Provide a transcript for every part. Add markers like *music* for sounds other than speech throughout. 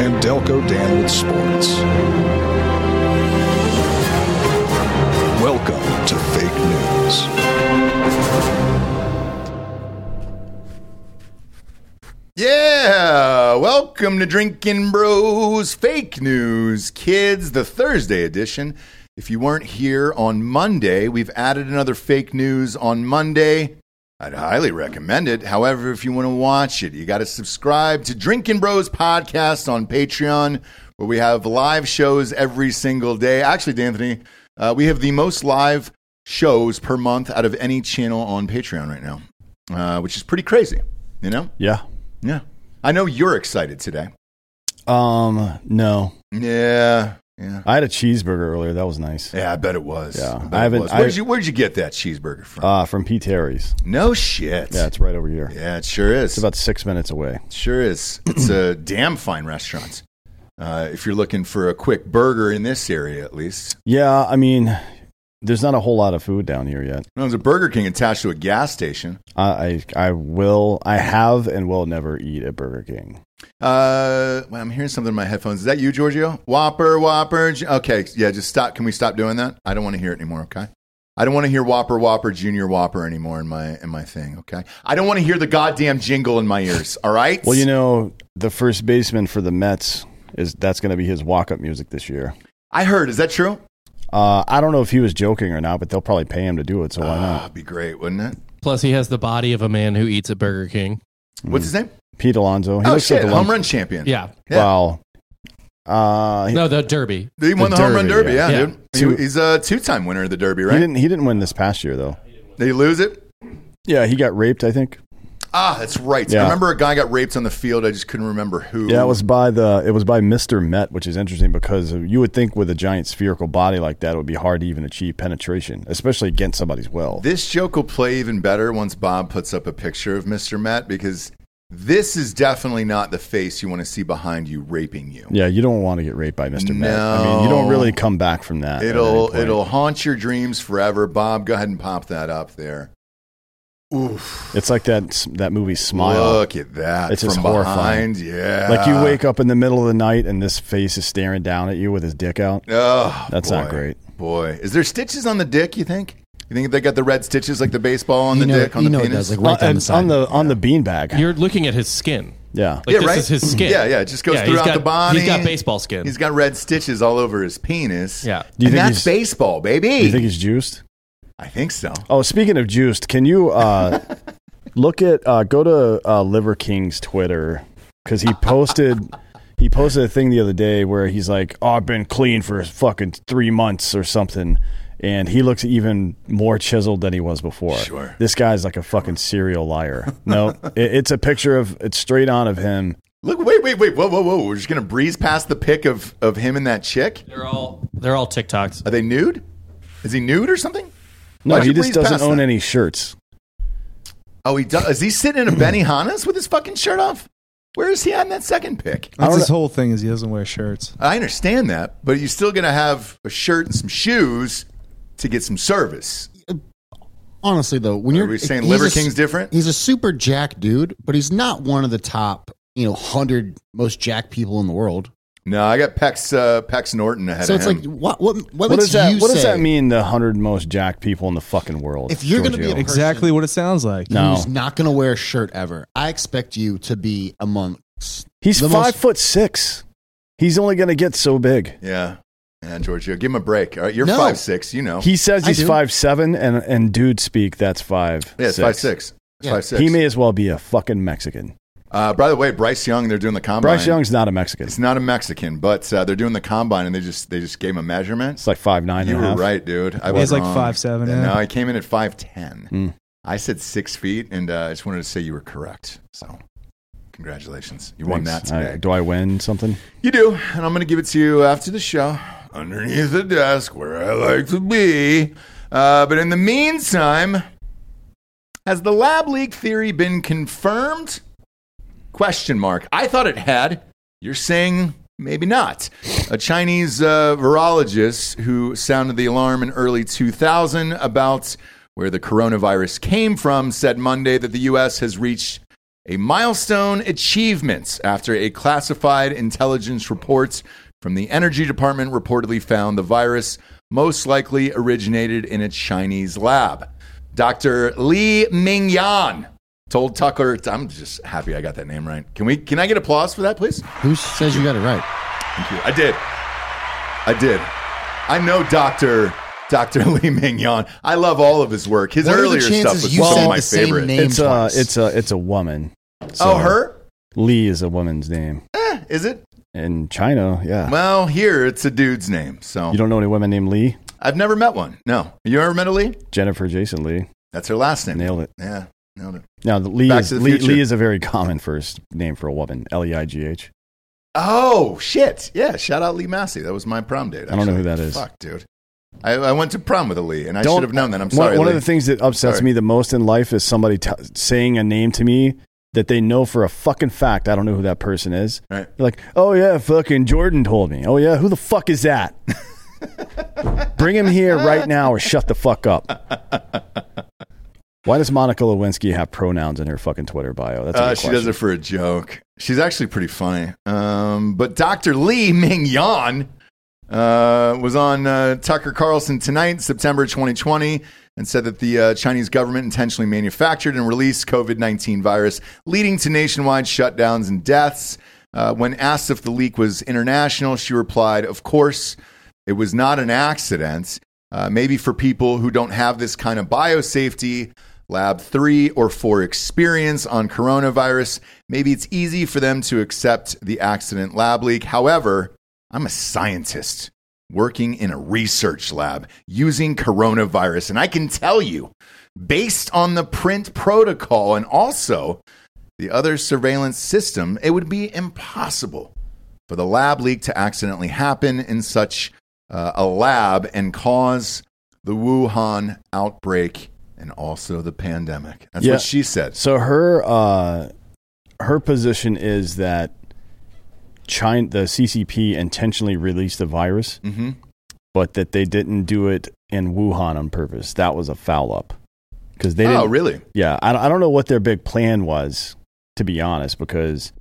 and Delco Dan with sports. Welcome to Fake News. Yeah, welcome to Drinking Bros Fake News Kids, the Thursday edition. If you weren't here on Monday, we've added another fake news on Monday. I'd highly recommend it. However, if you want to watch it, you got to subscribe to Drinking Bros Podcast on Patreon, where we have live shows every single day. Actually, D'Anthony, uh, we have the most live shows per month out of any channel on Patreon right now, uh, which is pretty crazy, you know? Yeah. Yeah. I know you're excited today. Um. No, Yeah. Yeah. I had a cheeseburger earlier. That was nice. Yeah, I bet it was. Yeah. I bet I it haven't- was. Where'd I- you where'd you get that cheeseburger from? Uh, from P. Terry's. no shit. Yeah, it's right over here. Yeah, it sure is. It's about six minutes away. sure is. It's *clears throat* a damn fine restaurant. Uh, if you're looking for a quick burger in this area, at least. Yeah. I mean, there's not a whole lot of food down here yet. No, there's a Burger King attached to a gas station. I I, I will. I have and will never eat at Burger King. Uh, well, I'm hearing something in my headphones. Is that you, Giorgio? Whopper, Whopper. Ju- Okay, yeah, just stop. Can we stop doing that? I don't want to hear it anymore. Okay, I don't want to hear Whopper, Whopper, Junior Whopper anymore in my in my thing. Okay, I don't want to hear the goddamn jingle in my ears. All right. Well, you know, the first baseman for the Mets is that's going to be his walk up music this year. I heard. Is that true? Uh, I don't know if he was joking or not, but they'll probably pay him to do it. So why Ah, not? it'd be great, wouldn't it? Plus, he has the body of a man who eats at Burger King. What's his name? Pete Alonso. Mm. He oh looks shit, like a home lump- run champion. Yeah. yeah. Wow. Uh, he- No, the Derby. He won the, The home run Derby, derby, yeah, yeah. Yeah. dude. Two- He, he's a two-time winner of the derby, He right? didn't. He didn't win this past year though. Did he lose it? Yeah, he got raped. I think. Ah, that's right. Yeah. I remember a guy got raped on the field. I just couldn't remember who. Yeah, it was by the. It was by Mister Met, which is interesting because you would think with a giant spherical body like that, it would be hard to even achieve penetration, especially against somebody's well. This joke will play even better once Bob puts up a picture of Mr. Met because this is definitely not the face you want to see behind you raping you. yeah, you don't want to get raped by Mister Met. I mean, you don't No. really come back from that. at any It'll point. it'll haunt your dreams forever. Bob, go ahead and pop that up there. It's like that that movie Smile. Look at that. It's from just horrifying. behind. Yeah. Like you wake up in the middle of the night and this face is staring down at you with his dick out. Oh, That's boy. not great. Boy, is there stitches on the dick? You think? You think they got the red stitches like the baseball on the dick on the it penis? does, like right down on, the side. Uh, on the on the beanbag. You're looking at his skin. yeah. Like Yeah, this right? is his skin. Yeah, yeah, it just goes he's throughout got- the body. He's got baseball skin. He's got red stitches all over his penis. Yeah. Do you and think that's he's- baseball, baby. Do you think he's juiced? I think so. Oh, speaking of juiced, can you uh, look at uh, go to uh, Liver King's Twitter because he posted he posted a thing the other day where he's like, "Oh, I've been clean for fucking three months or something," and he looks even more chiseled than he was before. Sure. this guy's like a fucking serial liar. No, it, it's a picture of it's straight on of him. Look, wait, wait, wait, whoa, whoa, whoa! We're just gonna breeze past the pic of of him and that chick. they're all they're all TikToks. Are they nude? Is he nude or something? No, Why'd he you just breeze doesn't past own that? any shirts. Oh, he does. Is he sitting in *clears throat* a Benihana's with his fucking shirt off? Where is he on that second pic? I That's don't his whole thing is he doesn't wear shirts. I understand that, but you're still gonna have a shirt and some shoes to get some service. Honestly, though, when Are you're we saying he's Liver a- King's different? he's a super jack dude, but he's not one of the top, you know, hundred most jack people in the world. No, I got Pex uh, Pex Norton ahead So of it's him. like, what, what, what, What makes does that you What does say that mean? The hundred most jacked people in the fucking world. If you're gonna be Giorgio? a Exactly what it sounds like. no, Who's not going to wear a shirt ever? I expect you to be among He's The five most- foot six. He's only going to get so big. Yeah. Yeah, Giorgio, give him a break. All right, you're No. five six. You know. He says I he's do. five seven, and and dude speak that's five. yeah, it's five six. It's Yeah. Five six. He may as well be a fucking Mexican. uh, by the way, Bryce Young, they're doing the combine. Bryce Young's not a Mexican. It's not a Mexican, but uh, they're doing the combine, and they just they just gave him a measurement. It's like five nine. You and a were half. right, dude. I was He's like wrong. five seven. And, Yeah. No, I came in at five ten. Hmm. I said six feet, and uh, I just wanted to say you were correct. So, congratulations, you won that Thanks. today. I- do I win something? You do, and I'm going to give it to you after the show, underneath the desk where I like to be. Uh, but in the meantime, has the lab leak theory been confirmed? Question mark. I thought it had. You're saying maybe not. A Chinese uh, virologist who sounded the alarm in early 2000 about where the coronavirus came from said Monday that the U.S. has reached a milestone achievement after a classified intelligence report from the Energy Department reportedly found the virus most likely originated in a Chinese lab. Dr. Li Mingyan told Tucker, I'm just happy I got that name right. Can we can I get applause for that, please? Who says you got it right? Thank you. I did. I did. I know Dr. *laughs* Dr. Li Mingyan. I love all of his work. His What are the earlier stuff chances was you some of said my the same favorite. name? It's a twice. it's a it's a woman. Oh, So her? Lee is a woman's name Is it? in China. *laughs* Yeah, Well, here it's a dude's name. So you don't know any women named Lee. I've never met one. No. You ever met a Lee? Jennifer Jason Lee That's her last name. nailed it. Yeah, nailed it. Now the Lee Back is to the Lee, future. Lee is a very common first name for a woman. L e i g h. Oh, shit. Yeah, shout out Lee Massey. That was my prom date. I don't know actually. who that is. Fuck, dude. I, I went to prom with a Lee, and I Don't- should have known that. I'm One- sorry. one of Lee. the things that upsets Sorry. me the most in life is somebody t- saying a name to me that they know for a fucking fact I don't know who that person is. Right. They're like, oh yeah, fucking Jordan told me. Oh yeah, who the fuck is *laughs* that? Bring him here right now or shut the fuck up. Why does Monica Lewinsky have pronouns in her fucking Twitter bio? That's a Uh, good she does it question. for a joke. She's actually pretty funny. Um, but Dr. Lee *laughs* Mingyan uh, was on uh, Tucker Carlson tonight, September 2020, and said that the uh, Chinese government intentionally manufactured and released COVID 19 virus, leading to nationwide shutdowns and deaths. Uh, when asked if the leak was international, she replied, Of course, it was not an accident. Uh, maybe for people who don't have this kind of biosafety lab three or four experience on coronavirus, maybe it's easy for them to accept the accident lab leak. However, I'm a scientist working in a research lab using coronavirus, and I can tell you, based on the print protocol and also the other surveillance system, it would be impossible for the lab leak to accidentally happen in such uh, a lab and cause the Wuhan outbreak and also the pandemic. That's Yeah. what she said. So her uh, her position is that China, the CCP, intentionally released the virus, hmm but that they didn't do it in Wuhan on purpose. That was a foul up because they Oh, didn't. really? Yeah, I, I don't know what their big plan was, to be honest, because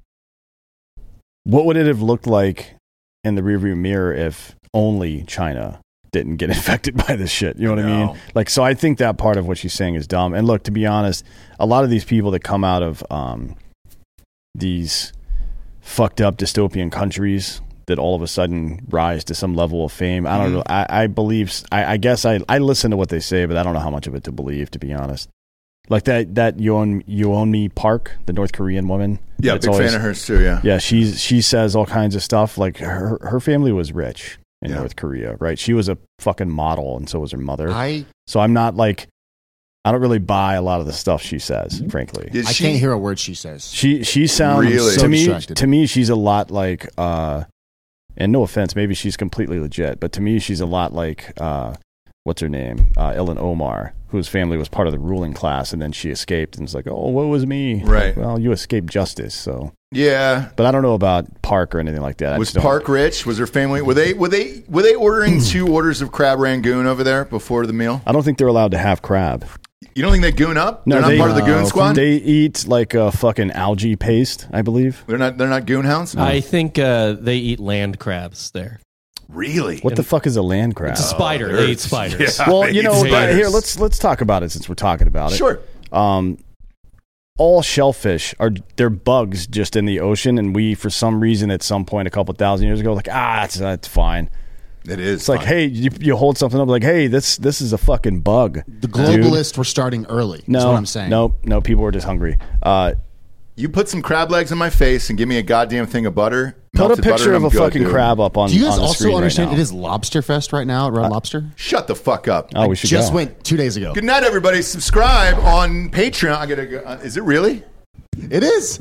what would it have looked like in the rearview mirror if only China didn't get *laughs* infected by this shit? You know what I No. mean? Like, so I think that part of what she's saying is dumb. And look, to be honest, a lot of these people that come out of um, these fucked up dystopian countries that all of a sudden rise to some level of fame. I don't know. I, I believe. I, I guess I, I listen to what they say, but I don't know how much of it to believe. To be honest, like that that Yoon Yoonmi Park, the North Korean woman. Yeah, that's big always- fan of hers too. Yeah. Yeah, she's she says all kinds of stuff. Like her her family was rich in Yeah. North Korea, right? She was a fucking model, and so was her mother. I so I'm not like. I don't really buy a lot of the stuff she says, frankly. Did I she- can't hear a word she says. She she sounds Really? to So me distracted. to me she's a lot like uh and no offense, maybe she's completely legit, but to me she's a lot like uh what's her name? Uh Ellen Omar, whose family was part of the ruling class and then she escaped and it's like, Oh, what was me? Right. Like, well, you escaped justice, so Yeah. but I don't know about Park or anything like that. I Was just don't- Hmm. Park rich? Was her family were they were they were they ordering two orders of crab rangoon over there before the meal? I don't think they're allowed to have crab. You don't think they goon up? No, they're not they- uh, part of the goon No. squad. They eat like a fucking algae paste, I believe. they're not. They're not goon hounds. I think uh, they eat land crabs there. really? What the fuck is a land crab? It's a spider. they're- they eat spiders. *laughs* Yeah. well, uh, They you eat know, uh, spiders. here let's let's talk about it since we're talking about it. Sure. Um, all shellfish are they're bugs just in the ocean, and we for some reason at some point a couple thousand years ago like ah it's that's fine. It is. It's like fun. hey you, you hold something up like hey this this is a fucking bug. The globalists were starting early. No, is what I'm saying. no, no. People were just hungry. Uh, you put some crab legs in my face and give me a goddamn thing of butter. put a melted butter, and picture of I'm a good, fucking dude. crab up on. Do you guys on the also screen understand right it now. is Lobster Fest right now at Red Lobster? Shut the fuck up. Oh, we should Just go. went two days ago. Good night, everybody. Subscribe on Patreon. I gotta go. uh, Is it really? It is.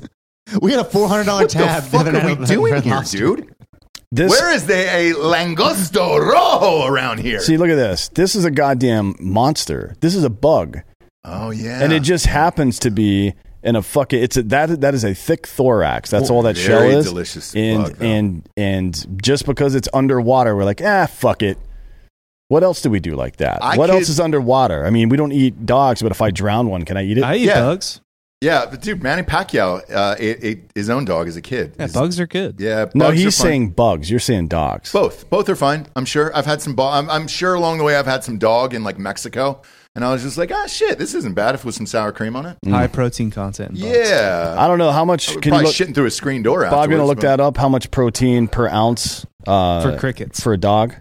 We had a four hundred dollar What the tab. fuck other night are we at doing Red here, Lobster. dude? This, Where is the a langosto rojo around here? See, look at this. This is a goddamn monster. This is a bug, oh yeah, and it just happens to be in a fucking. It's a, that that is a thick thorax. That's Oh, all that shell very is. delicious and bug, though. and and just because it's underwater, we're like, ah, fuck it. What else do we do like that? I what kid- else is underwater? I mean, we don't eat dogs, but if I drown one, can I eat it? I eat Yeah. bugs. yeah, but dude, Manny Pacquiao uh, ate, ate his own dog as a kid. Yeah, His- bugs are good. Yeah, bugs no, are he's fun. saying bugs. You're saying dogs. both. Both are fine. I'm sure. I've had some. Bo- I'm, I'm sure along the way I've had some dog in like Mexico, and I was just like, ah, shit, this isn't bad if with some sour cream on it. High protein content. in bugs. Yeah, I don't know how much. I'm Can you probably look, shitting through a screen door. Bob, you gonna afterwards, look but- that up? How much protein per ounce uh, For crickets. for a dog?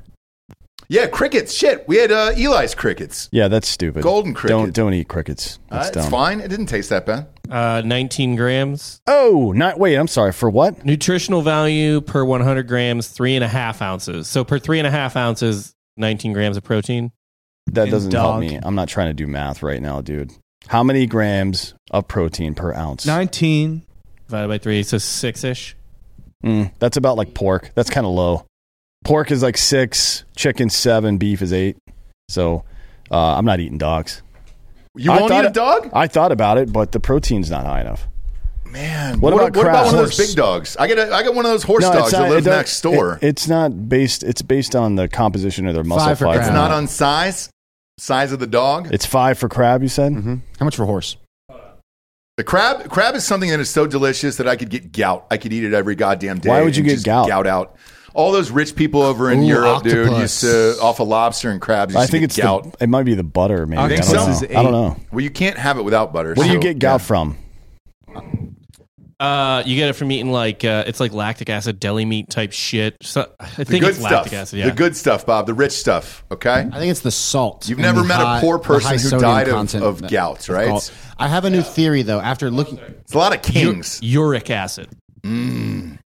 Yeah, crickets. Shit, we had uh, Eli's crickets. Yeah, that's stupid. Golden cricket. Don't don't eat crickets. Uh, That's it's dumb. fine. It didn't taste that bad. Uh, 19 grams. Oh, not wait. I'm sorry. For what? Nutritional value per 100 grams, three and a half ounces. So per three and a half ounces, 19 grams of protein. That And doesn't help dog. me. I'm not trying to do math right now, dude. How many grams of protein per ounce? Nineteen. Divided by three, so six ish. Mm, that's about like pork. That's kind of low. Pork is like six, chicken seven, beef is eight. So uh, I'm not eating dogs. You I won't thought eat a it- dog, I thought about it, but the protein's not high enough. man. What What, about what about one of crabs? those big dogs? I get a, I get one of those horse No, it's dogs not- that it live don't- next door. it- it's not based. It's based on the composition of their muscle Five for fiber. crab. it's not on size, size of the dog. It's five for crab. You said. Mm. Mm-hmm. How much for horse? The crab, crab is something that is so delicious that I could get gout. I could eat it every goddamn day. Why would you and get just gout? Gout out. All those rich people over in Ooh, Europe, dude, used octopus. to off of lobster and crabs. Used I to think get it's gout. the, it might be the butter. Maybe I, think don't so. know. This is I don't eight. know. well, you can't have it without butter. Where do you so- get gout from? Uh, you get it from eating like uh, it's like lactic acid, deli meat type shit. So, I The think good it's lactic stuff. acid. Yeah, The good stuff, Bob. The rich stuff. Okay. I think it's the salt. You've and never the met a high- poor the person high who sodium died of- content of that- gout, right? called. I have a new theory though. After looking, It's a lot of U- kings. Mm, uric acid.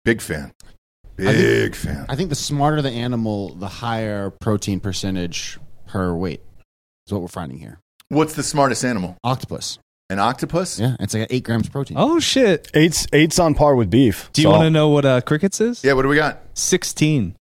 Big fan. Big fan. I think the smarter the animal, the higher protein percentage per weight is what we're finding here. What's the smartest animal? Octopus. An octopus? Yeah, it's like eight grams of protein. Oh shit. Eight's eight's on par with beef. Do you So, want to know what uh, crickets is? Yeah, what do we got? Sixteen.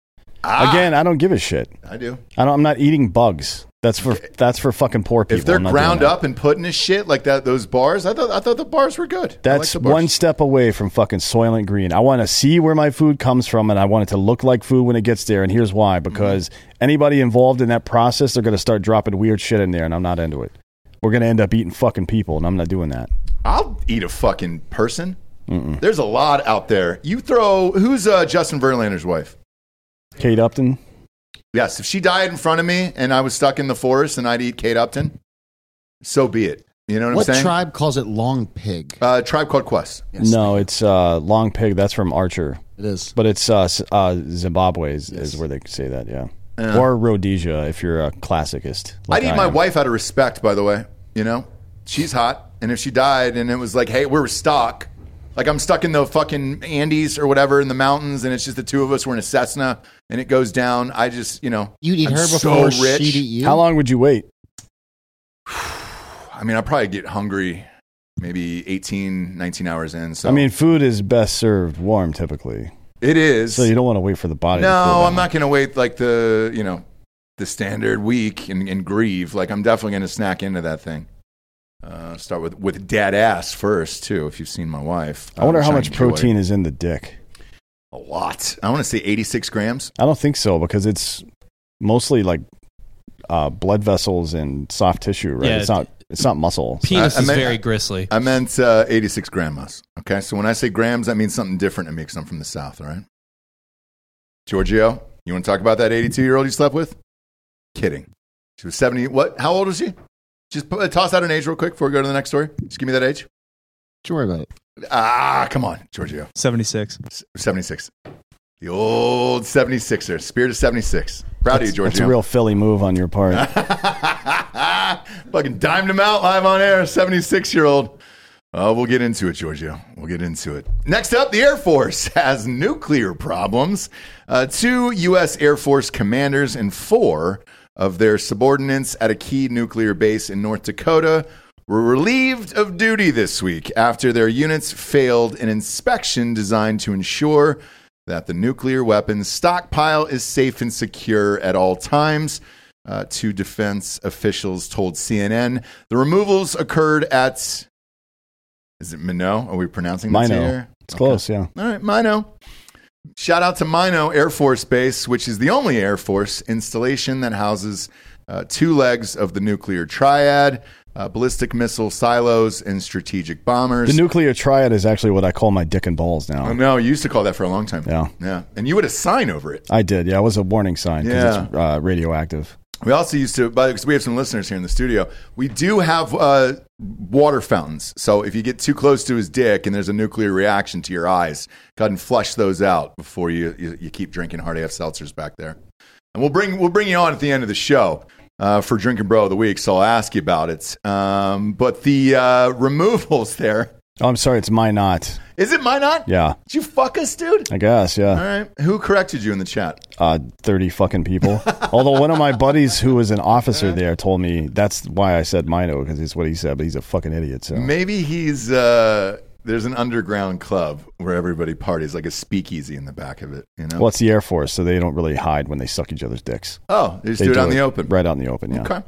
Ah, again? I don't give a shit. I do. I don't, I'm not eating bugs. That's for that's for fucking poor people. Eh. If they're I'm not ground doing that. up and put in a shit like that, those bars, I thought I thought the bars were good. I like That's the bars. one step away from fucking Soylent Green. I want to see where my food comes from, and I want it to look like food when it gets there. And here's why: Mm-hmm. because anybody involved in that process, they're going to start dropping weird shit in there, and I'm not into it. We're going to end up eating fucking people, and I'm not doing that. I'll eat a fucking person. There's a lot out there. You throw who's uh, Justin Verlander's wife? Kate Upton, Yes, if she died in front of me and I was stuck in the forest and I'd eat Kate Upton, so be it. You know what, what I'm saying? tribe calls it long pig? Uh, tribe called Quest. Yes, no, it's uh, Long Pig. That's from Archer, it is. but it's uh, S- uh, Zimbabwe is, is where they say that. Yeah, or Rhodesia if you're a classicist. like I'd eat I Uh. my am. wife out of respect, by the way. You know, she's hot, and if she died and it was like, hey, we're stuck, like I'm stuck in the fucking Andes or whatever in the mountains, and it's just the two of us. We're in a Cessna, and it goes down. I just, you know, You'd eat I'm her so before rich. she'd eat you. How long would you wait? I mean, I probably get hungry, maybe 18, 19 hours in. So I mean, food is best served warm typically, it is. so you don't want to wait for the body. to cool no, down. I'm not going to wait like the you know the standard week and, and grieve. Like I'm definitely going to snack into that thing. Uh, start with with dead ass first too. If you've seen my wife, I wonder Uh, how which much enjoy. protein is in the dick. A lot. I want to say 86 grams. I don't think so because it's mostly like uh, blood vessels and soft tissue, right? Yeah, it's not. It's not muscle. Penis I- I is meant- very gristly. I meant uh, 86 grandmas. Okay, so when I say grams, that means something different to me because I'm from the South, all right? Giorgio, you want to talk about that 82 year old you slept with? Kidding. She was 70. What? How old was she? Just put, toss out an age real quick before we go to the next story. Just give me that age. Don't worry about it. Ah, come on, Giorgio. 76. 76. The old 76er. Spirit of 76. Proud of you, It's a Giorgio. *laughs* real Philly move on your part. Fucking dimed him out live on air, 76 year old. Uh, we'll get into it, Giorgio. We'll get into it. Next up, the Air Force *laughs* has nuclear problems. Uh, two U.S. Air Force commanders and four of their subordinates at a key nuclear base in North Dakota were relieved of duty this week after their units failed an inspection designed to ensure that the nuclear weapons stockpile is safe and secure at all times. Uh, two defense officials told CNN the removals occurred at. Is it Minot? Are we pronouncing this Mino. here? It's close, yeah. All right, Mino. Shout out to Mino Air Force Base, which is the only Air Force installation that houses uh, two legs of the nuclear triad, uh, ballistic missile silos, and strategic bombers. The nuclear triad is actually what I call my dick and balls now. oh, no, you used to call that for a long time. Yeah. Yeah. And you would have sign over it. I did. Yeah, it was a warning sign because it's Yeah. uh, radioactive. We also used to, but because we have some listeners here in the studio, we do have uh, water fountains. So if you get too close to his dick and there's a nuclear reaction to your eyes, go ahead and flush those out before you, you, you keep drinking hard AF seltzers back there. And we'll bring we'll bring you on at the end of the show uh, for drinking bro of the week. So I'll ask you about it. Um, but the uh, removals there Oh, I'm sorry. It's my not. is it my not? Yeah, Did you fuck us, dude? I guess. All Yeah. right. Who corrected you in the chat? Uh, 30 *laughs* fucking people. Although one of my buddies who was an officer there told me that's why I said Mino because it's what he said, but he's a fucking idiot. So Maybe he's uh there's an underground club where everybody parties, like a speakeasy in the back of it. You know. Well, it's the Air Force, so they don't really hide when they suck each other's dicks. oh, they just They do it out in the open. Right out in the open, yeah. Okay.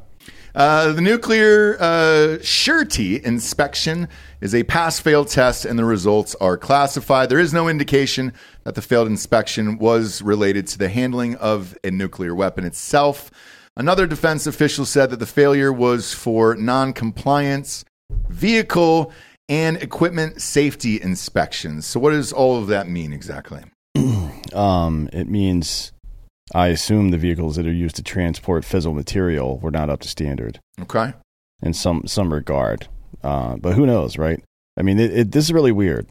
Uh, the nuclear uh, surety inspection is a pass fail test, and the results are classified. There is no indication that the failed inspection was related to the handling of a nuclear weapon itself. Another defense official said that the failure was for non compliance, vehicle, and equipment safety inspections. So, what does all of that mean exactly? Um, it means I assume the vehicles that are used to transport fissile material were not up to standard. Okay. in some some regard. Uh, but who knows, right? I mean, it, it, this is really weird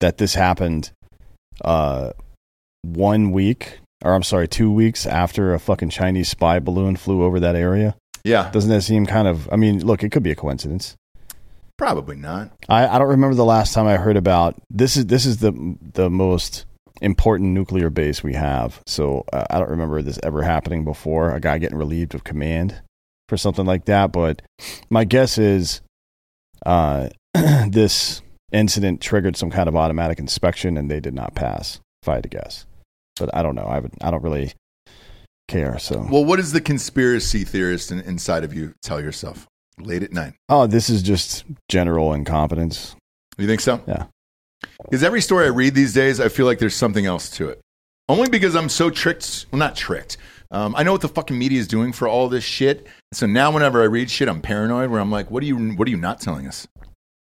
that this happened uh, one week, or I'm sorry, two weeks after a fucking Chinese spy balloon flew over that area. Yeah. Doesn't that seem kind of? I mean, look, it could be a coincidence. Probably not. I, I don't remember the last time I heard about this. Is this is the the most important nuclear base we have? So uh, I don't remember this ever happening before. A guy getting relieved of command for something like that. But my guess is, uh, *clears throat* this incident triggered some kind of automatic inspection, and they did not pass. If I had to guess, but I don't know. I would. I don't really care. So Well, what does the conspiracy theorist in, inside of you tell yourself late at night? oh, this is just general incompetence. You think so? Yeah. Because every story I read these days, I feel like there's something else to it. Only because I'm so tricked. Well, not tricked. Um, I know what the fucking media is doing for all this shit. So now, whenever I read shit, I'm paranoid. Where I'm like, what are you? What are you not telling us?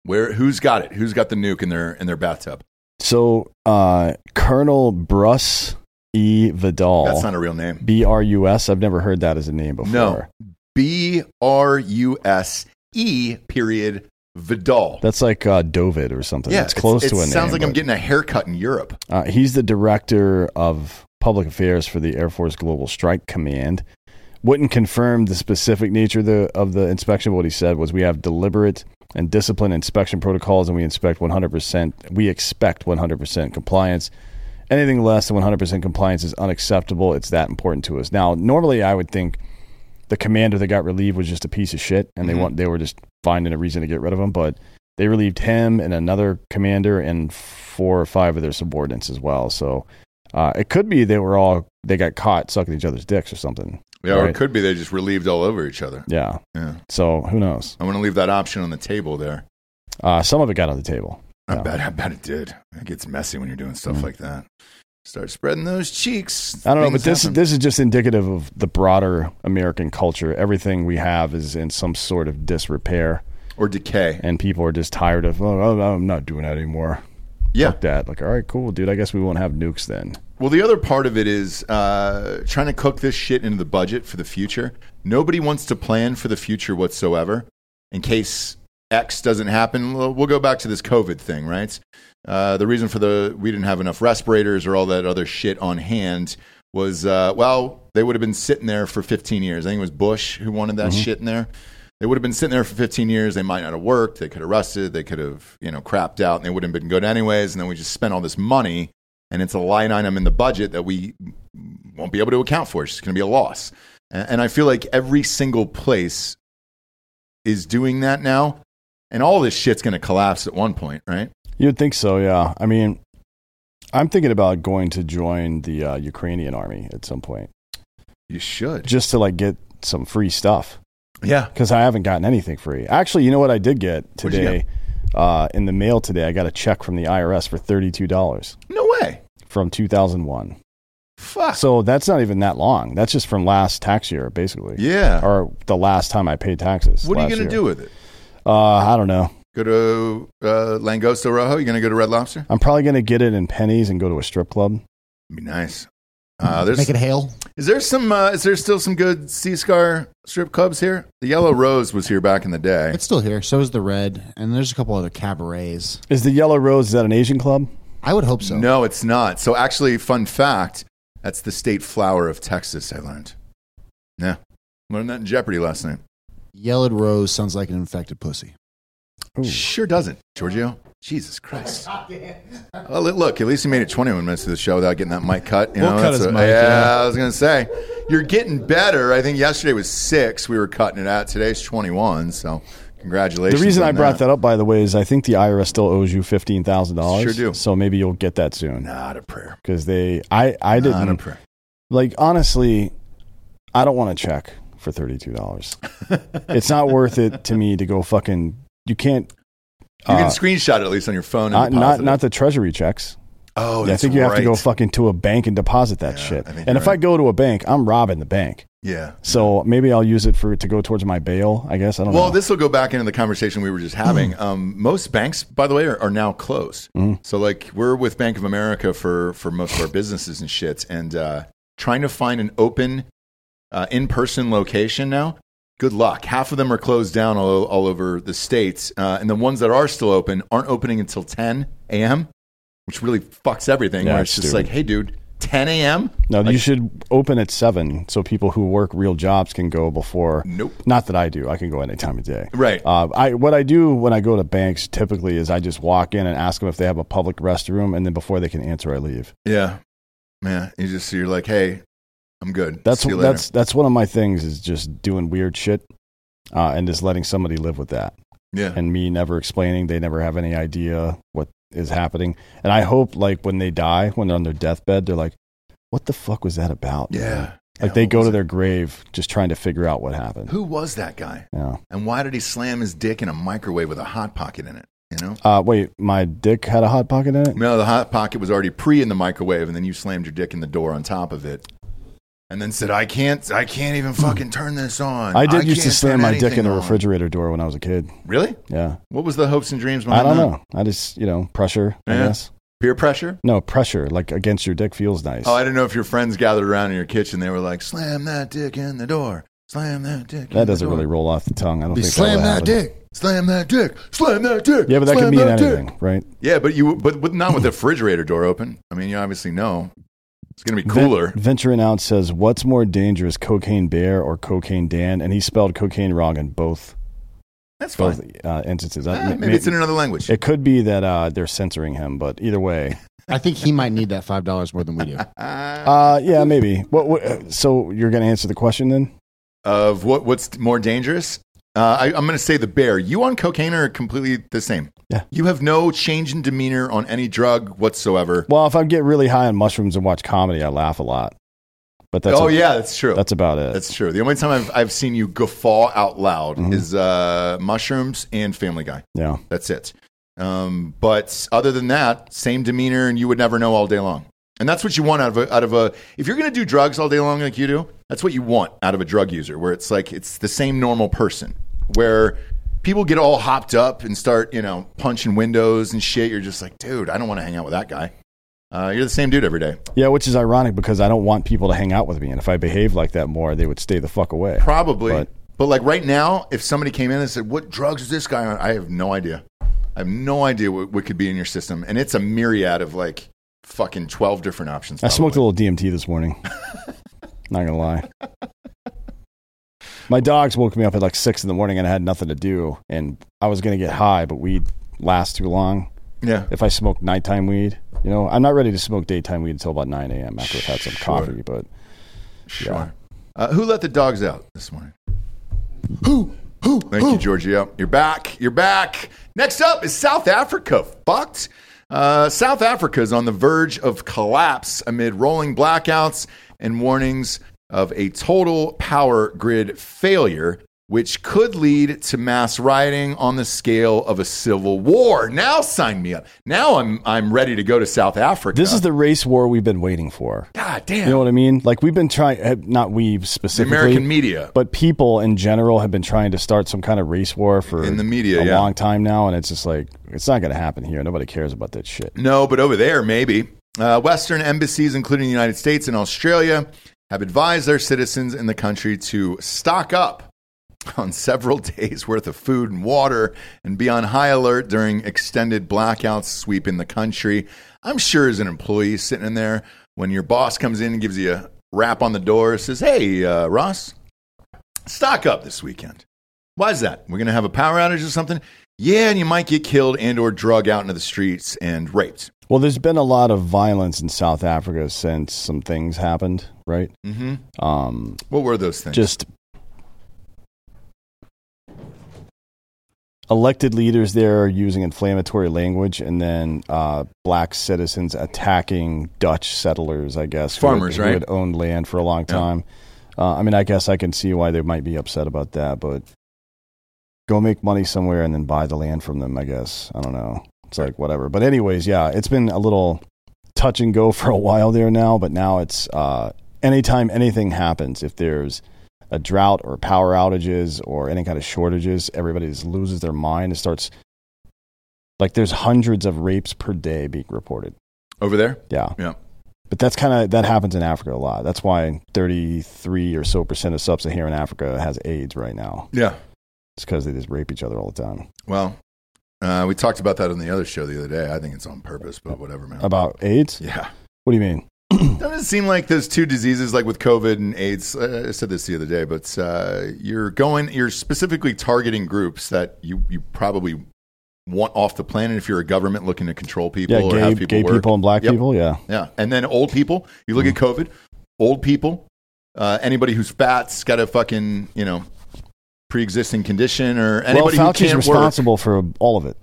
Where? Who's got it? Who's got the nuke in their in their bathtub? So uh, Colonel Bruss E. Vidal. That's not a real name. B R U S. I've never heard that as a name before. No. B R U S E period Vidal. That's like uh, Dovid or something. yeah, it's close to a it name. sounds like I'm but- getting a haircut in Europe. Uh, he's the director of public affairs for the Air Force Global Strike Command. Wouldn't confirm the specific nature of the, of the inspection. but What he said was, "We have deliberate and disciplined inspection protocols, and we inspect 100 percent. We expect 100 percent compliance. Anything less than 100 percent compliance is unacceptable. It's that important to us. Now, normally, I would think the commander that got relieved was just a piece of shit, and they want they were just finding a reason to get rid of him, but." they relieved him and another commander and four or five of their subordinates as well. So uh, it could be they were all they got caught sucking each other's dicks or something. Yeah, or it Right. could be they just relieved all over each other. Yeah. Yeah. So who knows? I'm going to leave that option on the table there. Uh, some of it got on the table. I Yeah. Mm. bet. I bet it did. It gets messy when you're doing stuff like that. Start spreading those cheeks. I don't know, Things but this happen. this is just indicative of the broader American culture. Everything we have is in some sort of disrepair, or decay. and people are just tired of. Oh, oh, I'm not doing that anymore. Yeah. Fuck that. Like, all right, cool, dude. I guess we won't have nukes then. Well, the other part of it is uh, trying to cook this shit into the budget for the future. Nobody wants to plan for the future whatsoever, in case X doesn't happen, we'll we'll go back to this COVID thing, right? Uh, the reason for the we didn't have enough respirators or all that other shit on hand was uh, well, they would have been sitting there for 15 years. I think it was Bush who wanted that shit in there. They would have been sitting there for 15 years. They might not have worked. They could have rusted. They could have you know crapped out, and they would have been good anyways. And then we just spent all this money, and it's a line item in the budget that we won't be able to account for. It's going to be a loss. A- And I feel like every single place is doing that now. And all this shit's going to collapse at one point, right? You'd think so, yeah. I mean, I'm thinking about going to join the uh, Ukrainian army at some point You should. just to like get some free stuff Yeah. because I haven't gotten anything free. Actually, you know what I did get What'd you today uh, in the mail today? I got a check from the IRS for thirty-two dollars No way. from 2001. Fuck. So that's not even that long. That's just from last tax year, basically. yeah. Or the last time I paid taxes. what are you last going to year. do with it? Uh, I don't know. Go to uh, Langosta Rojo? You're going to go to Red Lobster? I'm probably going to get it in pennies and go to a strip club. Be nice. Uh, there's Make it hail. Is there some? Uh, is there still some good Sea Scar strip clubs here? The Yellow Rose was here back in the day. It's still here. So is the red, and there's a couple other cabarets. Is the Yellow Rose is that an Asian club? I would hope so. No, it's not. So actually, fun fact: that's the state flower of Texas. I learned. Yeah, learned that in Jeopardy last night. Yellowed rose sounds like an infected pussy. Ooh. Sure doesn't, Giorgio. Jesus Christ. Well, li- look, at least you made it 21 minutes of the show without getting that mic cut. You We'll know, cut that's his a- mic, Yeah, yeah. I was going to say, you're getting better. I think yesterday was six. We were cutting it out. Today's 21. So, The congratulations. reason on I brought that. up, by the way, is I think the IRS still owes you fifteen thousand dollars. Sure do. So maybe you'll get that soon Not a prayer. because they, I, I Not a didn't prayer. like honestly. I don't want to check for thirty *laughs* two dollars. it's not worth it to me to go fucking. You can't. You can uh, screenshot it at least on your phone. And not, not deposit it. not the treasury checks. Oh, I that's think you have to go right. fucking to a bank and deposit that Yeah, shit. I think And you're if I right. go to a bank, I'm robbing the bank. Yeah. So maybe I'll use it for to go towards my bail. I guess I don't Well, know. Mm. this will go back into the conversation we were just having. Um, most banks, by the way, are, are now closed. So, like, we're with Bank of America for for most of our businesses and shit, and uh, trying to find an open, uh, in person location now. Good luck. Half of them are closed down all, all over the states, uh, and the ones that are still open aren't opening until 10 a.m., which really fucks everything. Yeah, where it's it's just stupid. like, hey, dude, 10 a.m. no, like- you should open at seven so people who work real jobs can go before. Nope. Not that I do. I can go any time of day. Right. Uh, I what I do when I go to banks typically is I just walk in and ask them if they have a public restroom, and then before they can answer, I leave. Yeah, yeah. You just you're like, hey, I'm good. That's See you later. that's that's one of my things is just doing weird shit, uh, and just letting somebody live with that. yeah. and me never explaining. They never have any idea what is happening. And I hope, like, when they die, when they're on their deathbed, they're like, what the fuck was that about? Yeah. Like, Yeah, they what go was to it? their grave just trying to figure out what happened. Who was that guy? Yeah. And why did he slam his dick in a microwave with a hot pocket in it? You know? Uh, wait, my dick had a hot pocket in it? No, the hot pocket was already pre in the microwave, and then you slammed your dick in the door on top of it. And then said, I can't I can't even fucking turn this on. I did used to can't slam turn my dick anything in the on." refrigerator door when I was a kid. Really? Yeah. What was the hopes and dreams I behind don't that? know. I just, you know, pressure, I Yeah. guess. Peer pressure? No, pressure, like against your dick feels nice. Oh, I didn't know if your friends gathered around in your kitchen. They were like, slam that dick in the door. Slam that dick. in that doesn't the door. really roll off the tongue. I don't Be think slam would that happen. dick. Slam that dick. Slam that dick. Yeah, but that slam could mean dick. anything, right? Yeah, but you but, but not with the refrigerator door open. I mean, you obviously know it's going to be cooler. Ven- Venturing out says, "What's more dangerous, Cocaine Bear or Cocaine Dan?" And he spelled cocaine wrong in both That's fine. both uh, instances. I- Ah, ma- maybe, ma- it's in another language. it could be that uh, they're censoring him, but either way, I think he might need that five dollars more than we do. uh, yeah, maybe. What, what? uh, So you're going to answer the question then? of what what's more dangerous? Uh, I, I'm going to say the bear. You on cocaine are completely the same. Yeah. You have no change in demeanor on any drug whatsoever. Well, if I get really high on mushrooms and watch comedy, I laugh a lot. But that's oh a- yeah, that's true. That's, that's about it. true. The only time I've I've seen you guffaw out loud Mm-hmm. is uh, mushrooms and Family Guy. yeah. That's it. Um, but other than that, same demeanor, and you would never know all day long. And that's what you want out of a, out of a if you're going to do drugs all day long like you do, that's what you want out of a drug user, where it's like it's the same normal person, where people get all hopped up and start you know punching windows and shit. You're just like, dude, I don't want to hang out with that guy. Uh, you're the same dude every day. Yeah, which is ironic because I don't want people to hang out with me, and if I behave like that more, they would stay the fuck away. Probably. But- But like right now, if somebody came in and said, "What drugs is this guy on?" I have no idea. I have no idea what, what could be in your system, and it's a myriad of like fucking twelve different options. I smoked a probably. little DMT *laughs* this morning. Not gonna lie. My dogs woke me up at like six in the morning, and I had nothing to do. And I was gonna get high, but weed lasts too long. Yeah, If I smoke nighttime weed, you know, I'm not ready to smoke daytime weed until about nine a.m. after I've had some Sure. coffee. But sure. Uh, who let the dogs out this morning? Who? Who? Thank you, Giorgio. You're back. You're back. Next up is South Africa. Fucked. Uh, South Africa is on the verge of collapse amid rolling blackouts and warnings of a total power grid failure, which could lead to mass rioting on the scale of a civil war. Now, sign me up. Now I'm I'm ready to go to South Africa. this is the race war we've been waiting for. god damn. You know what I mean? Like we've been trying, eh, not we the specifically, American media. but people in general have been trying to start some kind of race war for In the media, a yeah. long time now, and it's just like it's not going to happen here. Nobody cares about that shit. No, but over there, maybe. Uh, Western embassies, including the United States and Australia, have advised their citizens in the country to stock up on several *laughs* days' worth of food and water and be on high alert during extended blackouts sweeping the country. I'm sure as an employee sitting in there, when your boss comes in and gives you a rap on the door, says, Hey, uh, Ross, stock up this weekend. Why is that? We're going to have a power outage or something? Yeah, and you might get killed and or drug out into the streets and raped. Well, there's been a lot of violence in South Africa since some things happened, right? Mm-hmm. Um, What were those things? just elected leaders there are using inflammatory language, and then uh, black citizens attacking Dutch settlers. I guess who had- Farmers, who right? had owned land for a long Yeah. time. Uh, I mean, I guess I can see why they might be upset about that, but go make money somewhere and then buy the land from them. I guess I don't know. It's like whatever. But anyways, yeah, it's been a little touch and go for a while there now, but now it's uh, anytime anything happens, if there's a drought or power outages or any kind of shortages, everybody just loses their mind and starts like there's hundreds of rapes per day being reported. over there. Yeah. Yeah. But that's kind of that happens in Africa a lot. That's why 33 or so percent of sub-Saharan Africa has AIDS right now. Yeah. It's because they just rape each other all the time. Well, uh, we talked about that on the other show the other day. I think it's on purpose, but whatever, man. About AIDS? yeah. What do you mean? Doesn't it seem like those two diseases, like with COVID and AIDS? Uh, I said this the other day, but uh, you're going, you're specifically targeting groups that you, you probably want off the planet if you're a government looking to control people Yeah, or gay, have people, people gay work. people and black Yep. people. Yeah, Yeah. And then old people. You look at Mm-hmm. COVID, old people, uh, anybody who's fat's got a fucking, you know, pre existing condition or anybody well, who Fauci's can't work. responsible for all of it,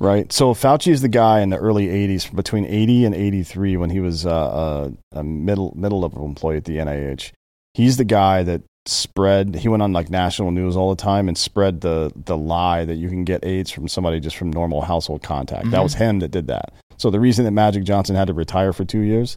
right? So Fauci is the guy in the early '80s, between '80 and '83, when he was uh, a, a middle middle level employee at the NIH. He's the guy that spread. He went on like national news all the time and spread the the lie that you can get AIDS from somebody just from normal household contact. That Mhm. was him that did that. So the reason that Magic Johnson had to retire for two years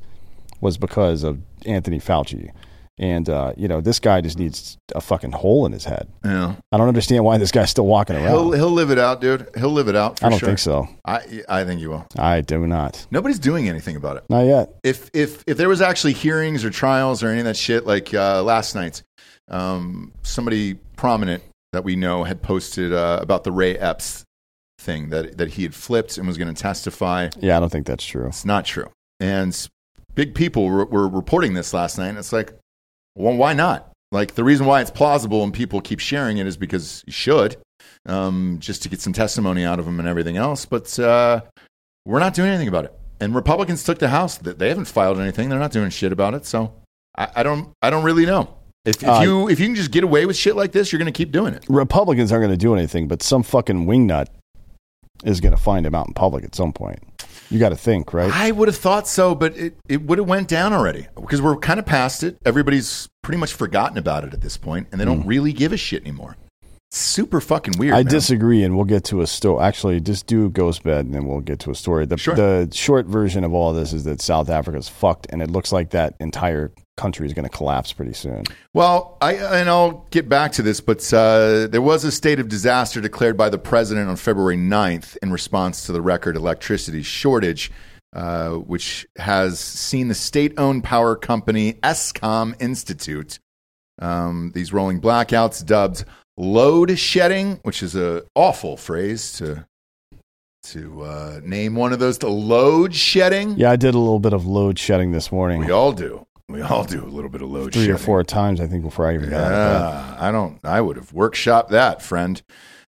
was because of Anthony Fauci. And uh, you know this guy just needs a fucking hole in his head. Yeah. I don't understand why this guy's still walking around. He'll he'll live it out, dude. He'll live it out. For I don't sure. think so. I I think you will. I do not. Nobody's doing anything about it. Not yet. If if if there was actually hearings or trials or any of that shit, like uh, last night, um, somebody prominent that we know had posted uh, about the Ray Epps thing that that he had flipped and was going to testify. Yeah, I don't think that's true. It's not true. And big people were, were reporting this last night. And it's like, well, why not? Like the reason why it's plausible and people keep sharing it is because you should, um, just to get some testimony out of them and everything else. But uh, we're not doing anything about it. And Republicans took the House. Th- They haven't filed anything. They're not doing shit about it. So I, I don't. I don't really know. If, if Uh, you if you can just get away with shit like this, you're going to keep doing it. Republicans aren't going to do anything, but some fucking wingnut is going to find him out in public at some point. You got to think, right? I would have thought so, but it, it would have went down already because we're kind of past it. Everybody's pretty much forgotten about it at this point, and they don't really give a shit anymore. It's super fucking weird. Hmm. I man. disagree, and we'll get to a story. Actually, just do Ghost Bed, and then we'll get to a story. The, Sure. the short version of all this is that South Africa's fucked, and it looks like that entire country is going to collapse pretty soon. Hmm. Well, I and I'll get back to this, but uh, there was a state of disaster declared by the president on February 9th in response to the record electricity shortage, uh, which has seen the state-owned power company ESCOM Institute Um, these rolling blackouts, dubbed load shedding, which is an awful phrase to to uh, name one of those. To load shedding, Yeah, I did a little bit of load shedding this morning. we all do. We all do a little bit of load three shedding. or four times, I think, before I even got it. done. Yeah, I don't. I would have workshopped that, friend.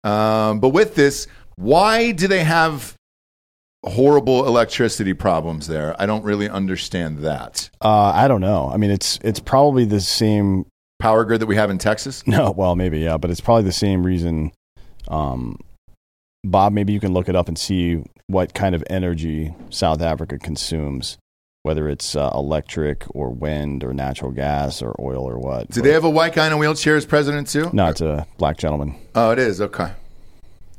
Um, but with this, why do they have horrible electricity problems there? I don't really understand that Uh, I don't know. I mean, it's it's probably the same. *laughs* power grid that we have in Texas. No, well, maybe yeah, but it's probably the same reason. Um, Bob, maybe you can look it up and see what kind of energy South Africa consumes, whether it's uh, electric or wind or natural gas or oil or what. Do they have a white guy in a wheelchair as president too? No, it's a black gentleman. Oh, it is. Okay.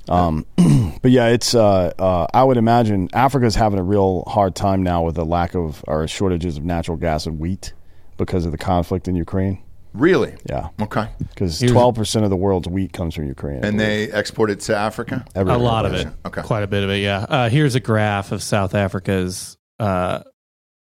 Um, *clears throat* but yeah, it's uh, uh, I would imagine Africa's having a real hard time now with the lack of or shortages of natural gas and wheat because of the conflict in Ukraine. Really? Yeah, Okay. because Here's- twelve percent of the world's wheat comes from Ukraine, And they export it to Africa. a lot of it. Okay. Quite a bit of it, yeah. Uh, here's a graph of South Africa's uh,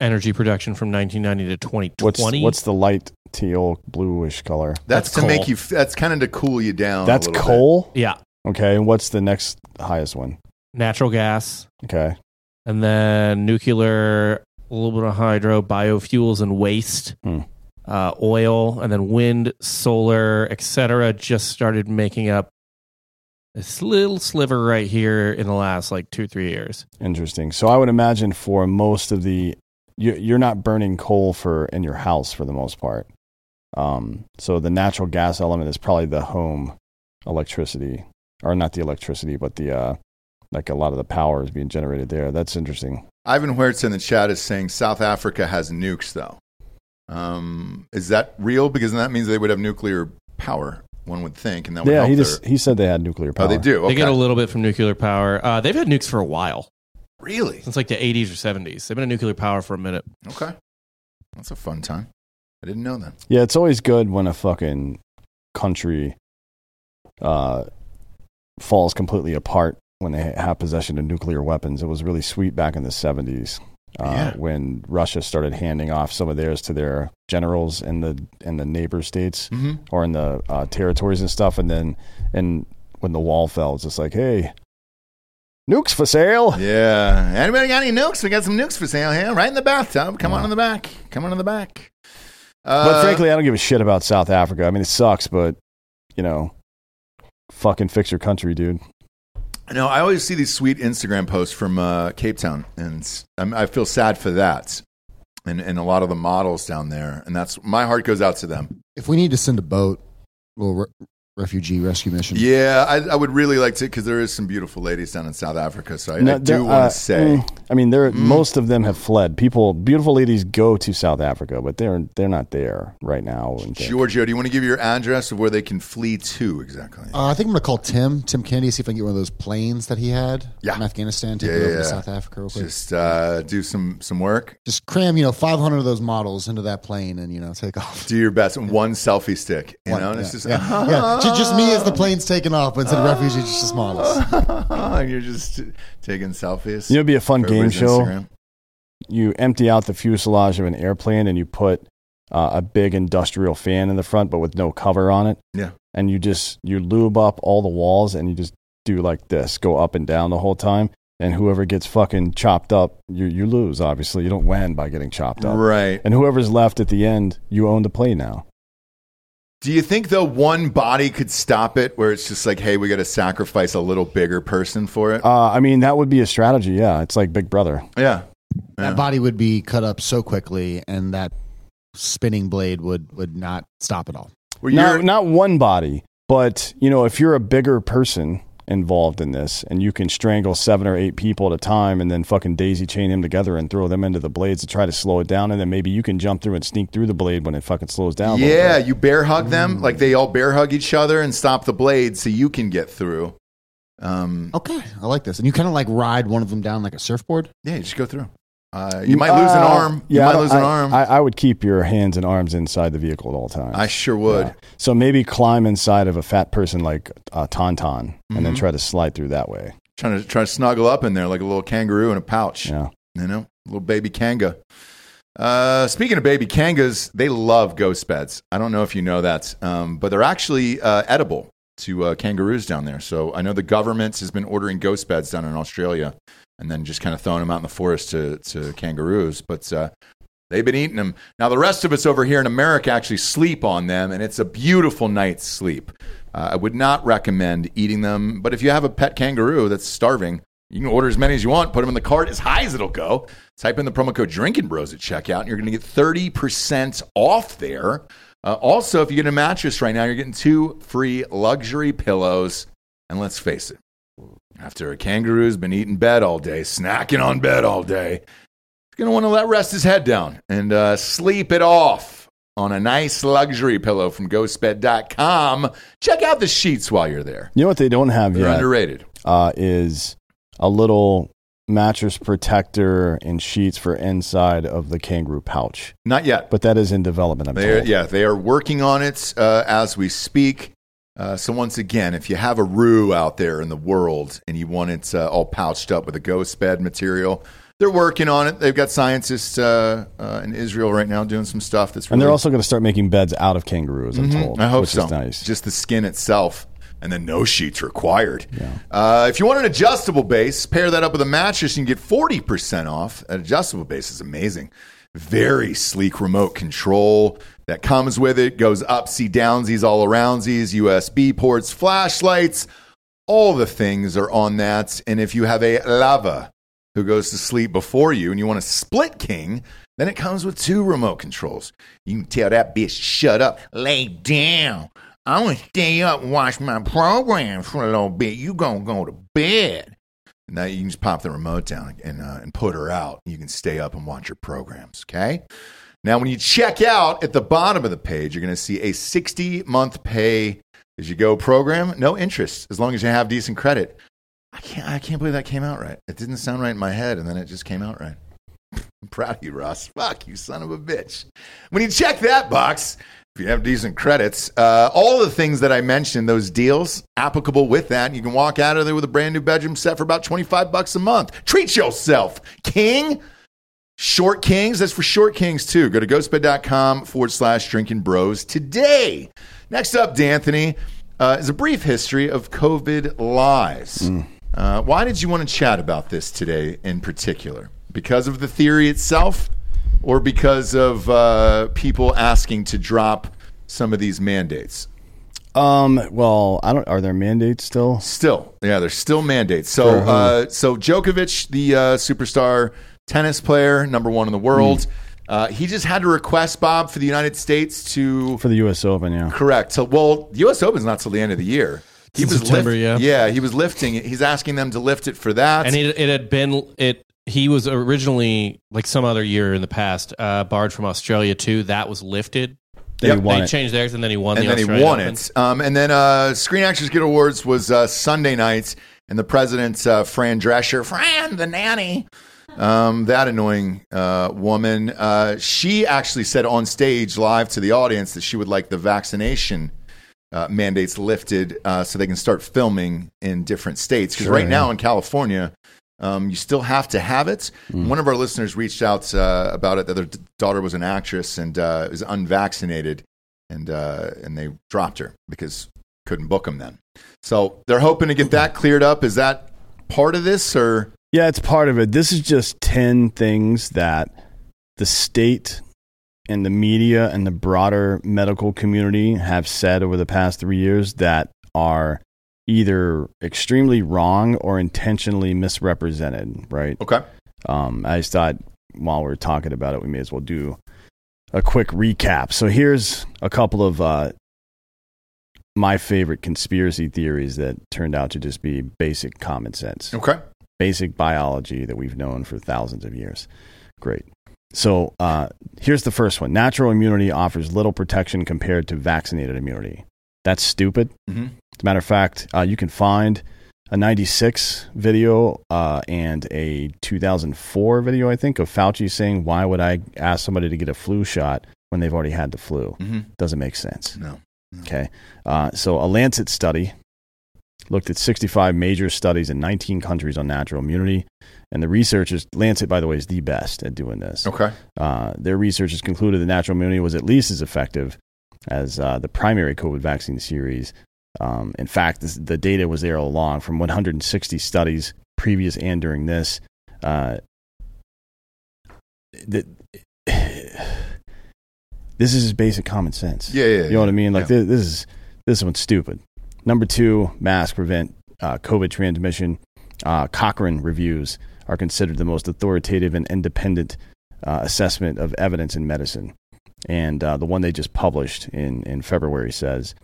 energy production from 1990 to What's 2020. what's the light teal bluish color? That's, That's to coal. make you. f- That's kind of to cool you down. That's Oh, a little coal. yeah, Okay, and what's the next highest one? natural gas Okay, and then nuclear, a little bit of hydro, biofuels and waste, Hmm. uh, oil, and then wind, solar, etc. Just started making up this little sliver right here in the last like two three years. interesting. So I would imagine for most of the, you, you're not burning coal for in your house for the most part. Um, so the natural gas element is probably the home electricity, or not the electricity, but the uh, like a lot of the power is being generated there. That's interesting. Bit. Ivan Huertz in the chat is saying South Africa has nukes though. Um, is that real? Because that means they would have nuclear power. One would think, and that would Yeah, help he their- just he said they had nuclear power. Oh, they do. They Okay. get a little bit from nuclear power. Uh, they've had nukes for a while. really since like the 80s or 70s. They've been a nuclear power for a minute. okay. That's a fun time. I didn't know that. Yeah, it's always good when a fucking country uh, falls completely apart when they have possession of nuclear weapons. It was really sweet back in the 70s uh, Yeah. when Russia started handing off some of theirs to their generals in the in the neighbor states Mm-hmm. or in the uh, territories and stuff. And then and when the wall fell, it's just like, hey, nukes for sale. Yeah. Anybody got any nukes? We got some nukes for sale here, right in the bathtub. Come on in the back. Come on in the back. Uh, But frankly, I don't give a shit about South Africa. I mean, it sucks, but you know, fucking fix your country, dude. No, I always see these sweet Instagram posts from uh, Cape Town, and s- I'm, I feel sad for that, and and a lot of the models down there, and that's my heart goes out to them. *laughs* If we need to send a boat, little re- refugee rescue mission. Yeah, I, I would really like to because there is some beautiful ladies down in South Africa, so I, No, I there- do want uh, to say mm, I mean, there most of them have fled. People, beautiful ladies, go to South Africa, but they're they're not there right now. I wouldn't think. Giorgio, do you want to give your address of where they can flee to exactly? Uh, I think I'm gonna call Tim, Tim Kennedy, see if I can get one of those planes that he had Yeah. from Afghanistan, take Yeah, it over yeah, to yeah. South Africa real quick. Just, Just uh, do some some work, cram, you know, 500 of those models into that plane and you know take *laughs* off. do your best, and one selfie stick, you One- know, and yeah, it's just yeah, *laughs* yeah. Ju- just me as the plane's taken off, but instead of refugees, it's just models. *laughs* and you're just taking selfies. You know, it'd be a fun for game everybody's show. Instagram. You empty out the fuselage of an airplane and you put uh, a big industrial fan in the front, but with no cover on it. Yeah. and you just you lube up all the walls and you just do like this, go up and down the whole time. And whoever gets fucking chopped up, you you lose. Obviously, you don't win by getting chopped up. Right. And whoever's left at the end, you own the play now. Do you think though one body could stop it where it's just like, hey, we got to sacrifice a little bigger person for it? Uh, I mean, that would be a strategy. Yeah, it's like Big Brother. yeah. Yeah. That body would be cut up so quickly, and that spinning blade would would not stop at all. Where No, you're- not one body, but you know, if you're a bigger person involved in this and you can strangle seven or eight people at a time and then fucking daisy chain them together and throw them into the blades to try to slow it down and then maybe you can jump through and sneak through the blade when it fucking slows down. a little yeah, bit. you bear hug Mm. them like they all bear hug each other and stop the blade so you can get through. Um, Okay, I like this. And you kind of like ride one of them down like a surfboard. yeah, you just go through. Uh, you might lose an Uh, arm. You yeah, I might don't- lose an I- arm. I, I, I would keep your hands and arms inside the vehicle at all times. sure would. Yeah. So maybe climb inside of a fat person like uh, Tauntaun and then Mhm. try to slide through that way. Trying to try to snuggle up in there like a little kangaroo in a pouch. Yeah. You know, little baby kanga. Uh, speaking of baby kangas, they love ghost beds. I don't know if you know that, um, but they're actually uh, edible to uh, kangaroos down there. So I know the government has been ordering ghost beds down in Australia and then just kind of throwing them out in the forest to, to kangaroos. But uh, they've been eating them. Now, the rest of us over here in America actually sleep on them, and it's a beautiful night's sleep. Uh, I would not recommend eating them, but if you have a pet kangaroo that's starving, you can order as many as you want, put them in the cart as high as it'll go. Type in the promo code Drinking Bros at checkout, and you're going to get 30% off there. Uh, also, if you get a mattress right now, you're getting two free luxury pillows. And let's face it, after a kangaroo's been eating bed all day, snacking on bed all day, he's going to want to let rest his head down and uh, sleep it off on a nice luxury pillow from ghostbed.com. Check out the sheets while you're there. You know what they don't have They're yet underrated. uh, is a little mattress protector and sheets for inside of the kangaroo pouch. Not yet. But that is in development. I'm They are, told. yeah, they are working on it uh, as we speak. Uh, so once again, if you have a roo out there in the world and you want it uh, all pouched up with a ghost bed material, they're working on it. They've got scientists uh, uh, in Israel right now doing some stuff that's really And they're also going to start making beds out of kangaroos. I'm Mhm. told. I hope which so. Is nice. Just the skin itself, and then no sheets required. Uh, if you want an adjustable base, pair that up with a mattress, and you get forty percent off. An adjustable base is amazing. Very sleek remote control that comes with it. Goes upsy downsies, all aroundsies, USB ports, flashlights. All the things are on that. And if you have a lava who goes to sleep before you and you want a split king, then it comes with two remote controls. You can tell that bitch, shut up, lay down. I want to stay up and watch my program for a little bit. You going to go to bed. And now you can just pop the remote down and, uh, and put her out. You can stay up and watch your programs, okay? Now, when you check out at the bottom of the page, you're going to see a 60 month pay as you go program. No interest as long as you have decent credit. I can't, I can't believe that came out right. It didn't sound right in my head, and then it just came out right. *laughs* I'm proud of you, Ross. Fuck you, son of a bitch. When you check that box, if you have decent credits, uh, all the things that I mentioned, those deals applicable with that, you can walk out of there with a brand new bedroom set for about 25 bucks a month. Treat yourself, King. Short Kings, that's for Short Kings too. Go to ghostbed.com forward slash drinking bros today. Next up, D'Anthony, uh, is a brief history of COVID lies. Uh, why did you want to chat about this today in particular? Because of the theory itself, or because of uh, people asking to drop some of these mandates? Um. Well, I don't. Are there mandates still? Still, yeah, there's still mandates. So, uh, so Djokovic, the uh, superstar tennis player, number one in the world, uh, he just had to request Bob for the United States to For the U.S. Open, yeah. correct. So, well, the U.S. Open's not till the end of the year. He It's in September, yeah. yeah, he was lifting. it. He's asking them to lift it for that. and it, it had been it he was originally like some other year in the past uh barred from australia too that was lifted They Yep, won they it. changed theirs and then he won and the then Australian he won Open. it. Um, and then uh, Screen Actors Guild Awards was uh, Sunday night, and the president, uh, Fran Drescher, Fran the nanny, um, that annoying uh, woman, uh, she actually said on stage live to the audience that she would like the vaccination uh, mandates lifted uh, so they can start filming in different states. Because Sure, right yeah. now in California, um, you still have to have it. Hmm. One of our listeners reached out uh, about it. That their d- daughter was an actress and uh, was unvaccinated, and uh, and they dropped her because couldn't book them then. So they're hoping to get that cleared up. Is that part of this or Yeah, it's part of it. This is just ten things that the state and the media and the broader medical community have said over the past three years that are either extremely wrong or intentionally misrepresented. Right. okay? Um, I just thought while we are talking about it, we may as well do a quick recap. So here's a couple of uh, my favorite conspiracy theories that turned out to just be basic common sense, Okay, basic biology that we've known for thousands of years. Great. So uh, here's the first one natural immunity offers little protection compared to vaccinated immunity. That's stupid. Mhm. As a matter of fact, uh, you can find a 96 video uh, and a 2004 video, I think, of Fauci saying, Why would I ask somebody to get a flu shot when they've already had the flu? Mhm. Doesn't make sense. no, Okay. Uh, so, a Lancet study looked at 65 major studies in 19 countries on natural immunity. And the researchers, Lancet, by the way, is the best at doing this. Okay. Uh, their researchers concluded that natural immunity was at least as effective as uh, the primary COVID vaccine series. Um, in fact, this, the data was there all along from 160 studies previous and during this. Uh, *sighs* that this is just basic common sense. Yeah, yeah, You know what I mean? Like yeah. this, this is this one's stupid. Number two, mask prevent uh, COVID transmission. Uh, Cochrane reviews are considered the most authoritative and independent uh, assessment of evidence in medicine. And uh, the one they just published in, in February says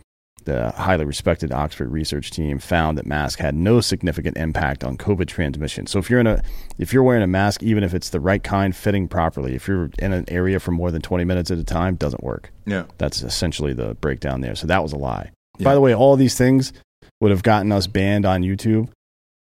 the highly respected Oxford research team found that mask had no significant impact on COVID transmission. So if you're in a if you're wearing a mask, even if it's the right kind, fitting properly, if you're in an area for more than 20 minutes at a time, doesn't work. Yeah. That's essentially the breakdown there. So that was a lie. By the way, all these things would have gotten us banned on YouTube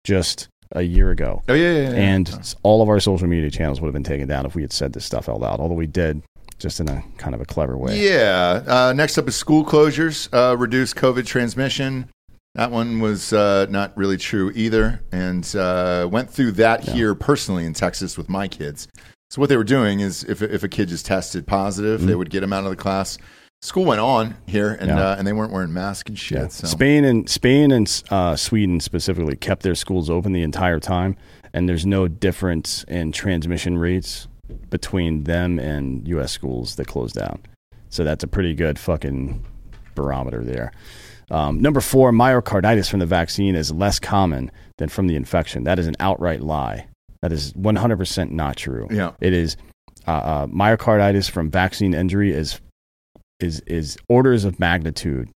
just a year ago. Oh yeah. yeah, yeah. And s- all of our social media channels would have been taken down if we had said this stuff out loud, although we did just in a kind of a clever way. Yeah. Uh, next up is school closures, uh, reduce COVID transmission. That one was uh, not really true either, and uh, went through that Yeah. here personally in Texas with my kids. So what they were doing is, if if a kid just tested positive, they would get him out of the class. School went on here, and Mm-hmm. Yeah. uh, and they weren't wearing masks and shit. Yeah. So. Spain and Spain and uh, Sweden specifically kept their schools open the entire time, and there's no difference in transmission rates between them and U.S. schools that closed down. So that's a pretty good fucking barometer there. Um, number four, myocarditis from the vaccine is less common than from the infection. That is an outright lie. That is 100% not true. Yeah. It is uh, uh, myocarditis from vaccine injury is is is orders of magnitude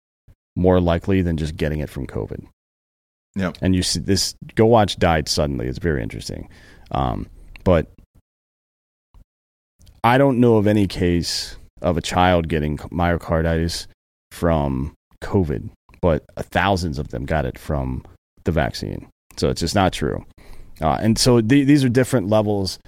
more likely than just getting it from COVID. Yep. And you see this go watch died suddenly. It's very interesting. Um, but I don't know of any case of a child getting myocarditis from COVID, but thousands of them got it from the vaccine. So it's just not true. Uh, and so the these are different levels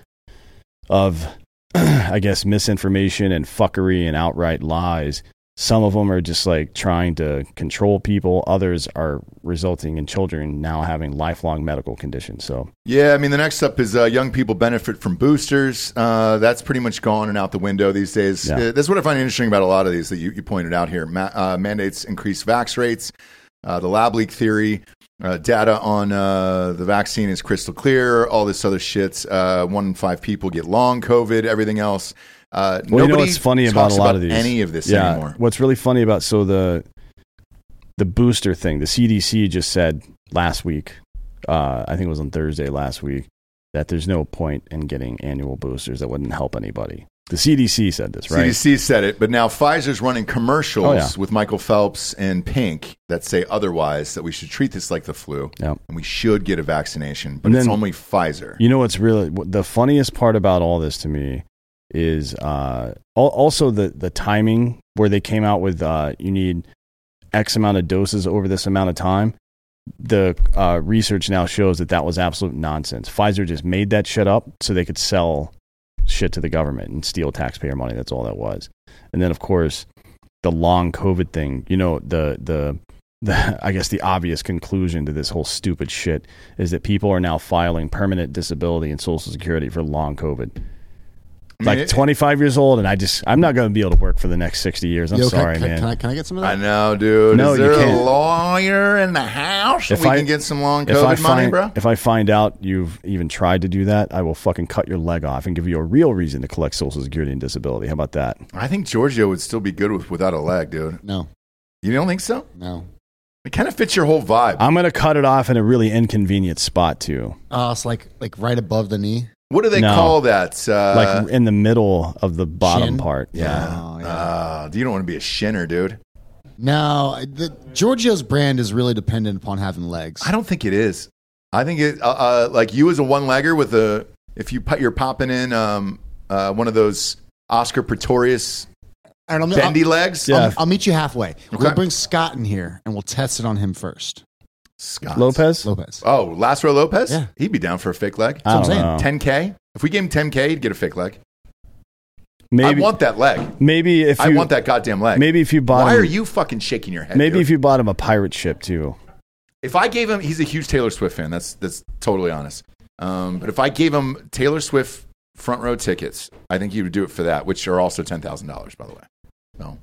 of, *clears throat* I guess, misinformation and fuckery and outright lies some of them are just like trying to control people others are resulting in children now having lifelong medical conditions so Yeah, I mean, the next up is uh, young people benefit from boosters. Uh, that's pretty much gone and out the window these days. Yeah. Uh, that's what I find interesting about a lot of these that you, you pointed out here. Ma- uh, mandates increase vax rates, uh, the lab leak theory, uh, data on uh, the vaccine is crystal clear, all this other shit. Uh, one in five people get long COVID, everything else. Uh, well you know nobody what's funny talks about a lot of these any of this anymore. what's really funny about so the the booster thing the cdc just said last week uh, i think it was on thursday last week that there's no point in getting annual boosters that wouldn't help anybody the cdc said this right CDC said it, but now Pfizer's running commercials Oh, yeah. with Michael Phelps and Pink that say otherwise that we should treat this like the flu Yep. and we should get a vaccination, but And it's then- only Pfizer. You know what's really what- the funniest part about all this to me is uh, al- also the the timing where they came out with uh, you need X amount of doses over this amount of time. The uh, research now shows that that was absolute nonsense. Pfizer just made that shit up so they could sell shit to the government and steal taxpayer money. That's all that was. And then of course the long COVID thing. You know the the the, *laughs* I guess the obvious conclusion to this whole stupid shit is that people are now filing permanent disability and Social Security for long COVID. I mean, Like it- 25 years old, and I just I'm not going to be able to work for the next 60 years. I'm Yo, can I- sorry, can, I- man. Can I, can I get some of I that? know, dude. No, Is you there a can't. lawyer in the house that If we I- can get some long if I COVID money, find bro? if I find out you've even tried to do that, I will fucking cut your leg off and give you a real reason to collect Social Security and disability. How about that? I think Giorgio would still be good with without a leg, dude. No, You don't think so? no. It kind of fits your whole vibe. I'm going to cut it off in a really inconvenient spot too, Oh, it's like like right above the knee. what do they No. call that? Uh, like in the middle of the bottom Shin? part. Oh, yeah. Uh, you don't want to be a shinner, dude. No, I- the, Giorgio's brand is really dependent upon having legs. I don't think it is. I think it uh, uh, like you as a one legger with a if you put, you're popping in um, uh, one of those Oscar Pretorius All right, I'm- I'll, bendy legs. uh, oh Yeah. I'll, I'll meet you halfway. Okay. We'll bring Scott in here and we'll test it on him first. Scott Lopez. Lopez. Oh, Lazaro Lopez. Yeah. he'd be down for a fake leg. I That's what I'm don't know. 10k. If we gave him 10k, he'd get a fake leg. Maybe I want that leg. maybe if I you- want that goddamn leg. Maybe if you bought Why him, are you fucking shaking your head? maybe dude? if you bought him a pirate ship too. if I gave him, he's a huge Taylor Swift fan. That's that's totally honest. Um, but if I gave him Taylor Swift front row tickets, I think he would do it for that, which are also ten thousand dollars, by the way. So,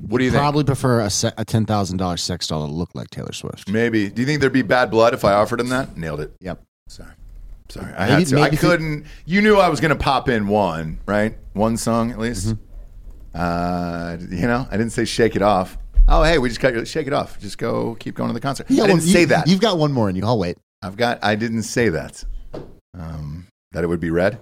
what do you think? Probably prefer a, se- a ten thousand dollars sex doll to look like Taylor Swift. Maybe. Do you think there'd be bad blood if I offered him that? Nailed it. Yep. Sorry. Sorry. I Maybe- had to. I maybe if you- couldn't. You knew I was going to pop in one, right? One song at least. Mm-hmm. Uh, you know, I didn't say shake it off. Oh, hey, we just got your shake it off. Just go, keep going to the concert. I didn't well, you- say that. You've got one more in you. I'll wait. I've got. I didn't say that. Um, that it would be red.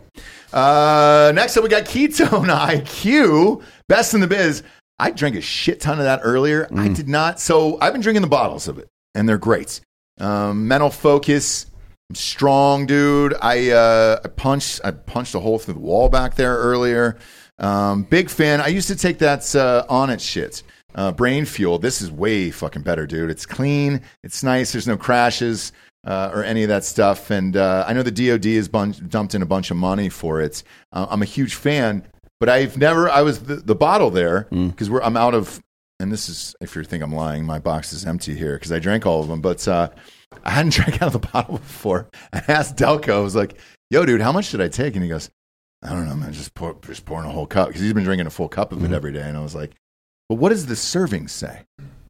Uh, next up, we got ketone *laughs* IQ, best in the biz. I drank a shit ton of that earlier. I did not. So I've been drinking the bottles of it, and they're great. Um, mental focus. I'm strong, dude. I uh, I punched. I punched a hole through the wall back there earlier. Um, big fan. I used to take that uh, on it shit. Uh, brain fuel. This is way fucking better, dude. It's clean. It's nice. There's no crashes uh, or any of that stuff. And uh, I know the DoD has bun- dumped in a bunch of money for it. Uh, I'm a huge fan, but I've never. I was the, the bottle there because we're. I'm out of. And this is if you think I'm lying, my box is empty here because I drank all of them. But uh, I hadn't *laughs* drank out of the bottle before. I asked Delco. I was like, "Yo, dude, how much did I take?" And he goes, "I don't know, man. Just pour, just pouring a whole cup because he's been drinking a full cup Mm-hmm. of it every day." And I was like, "But what does the serving say?"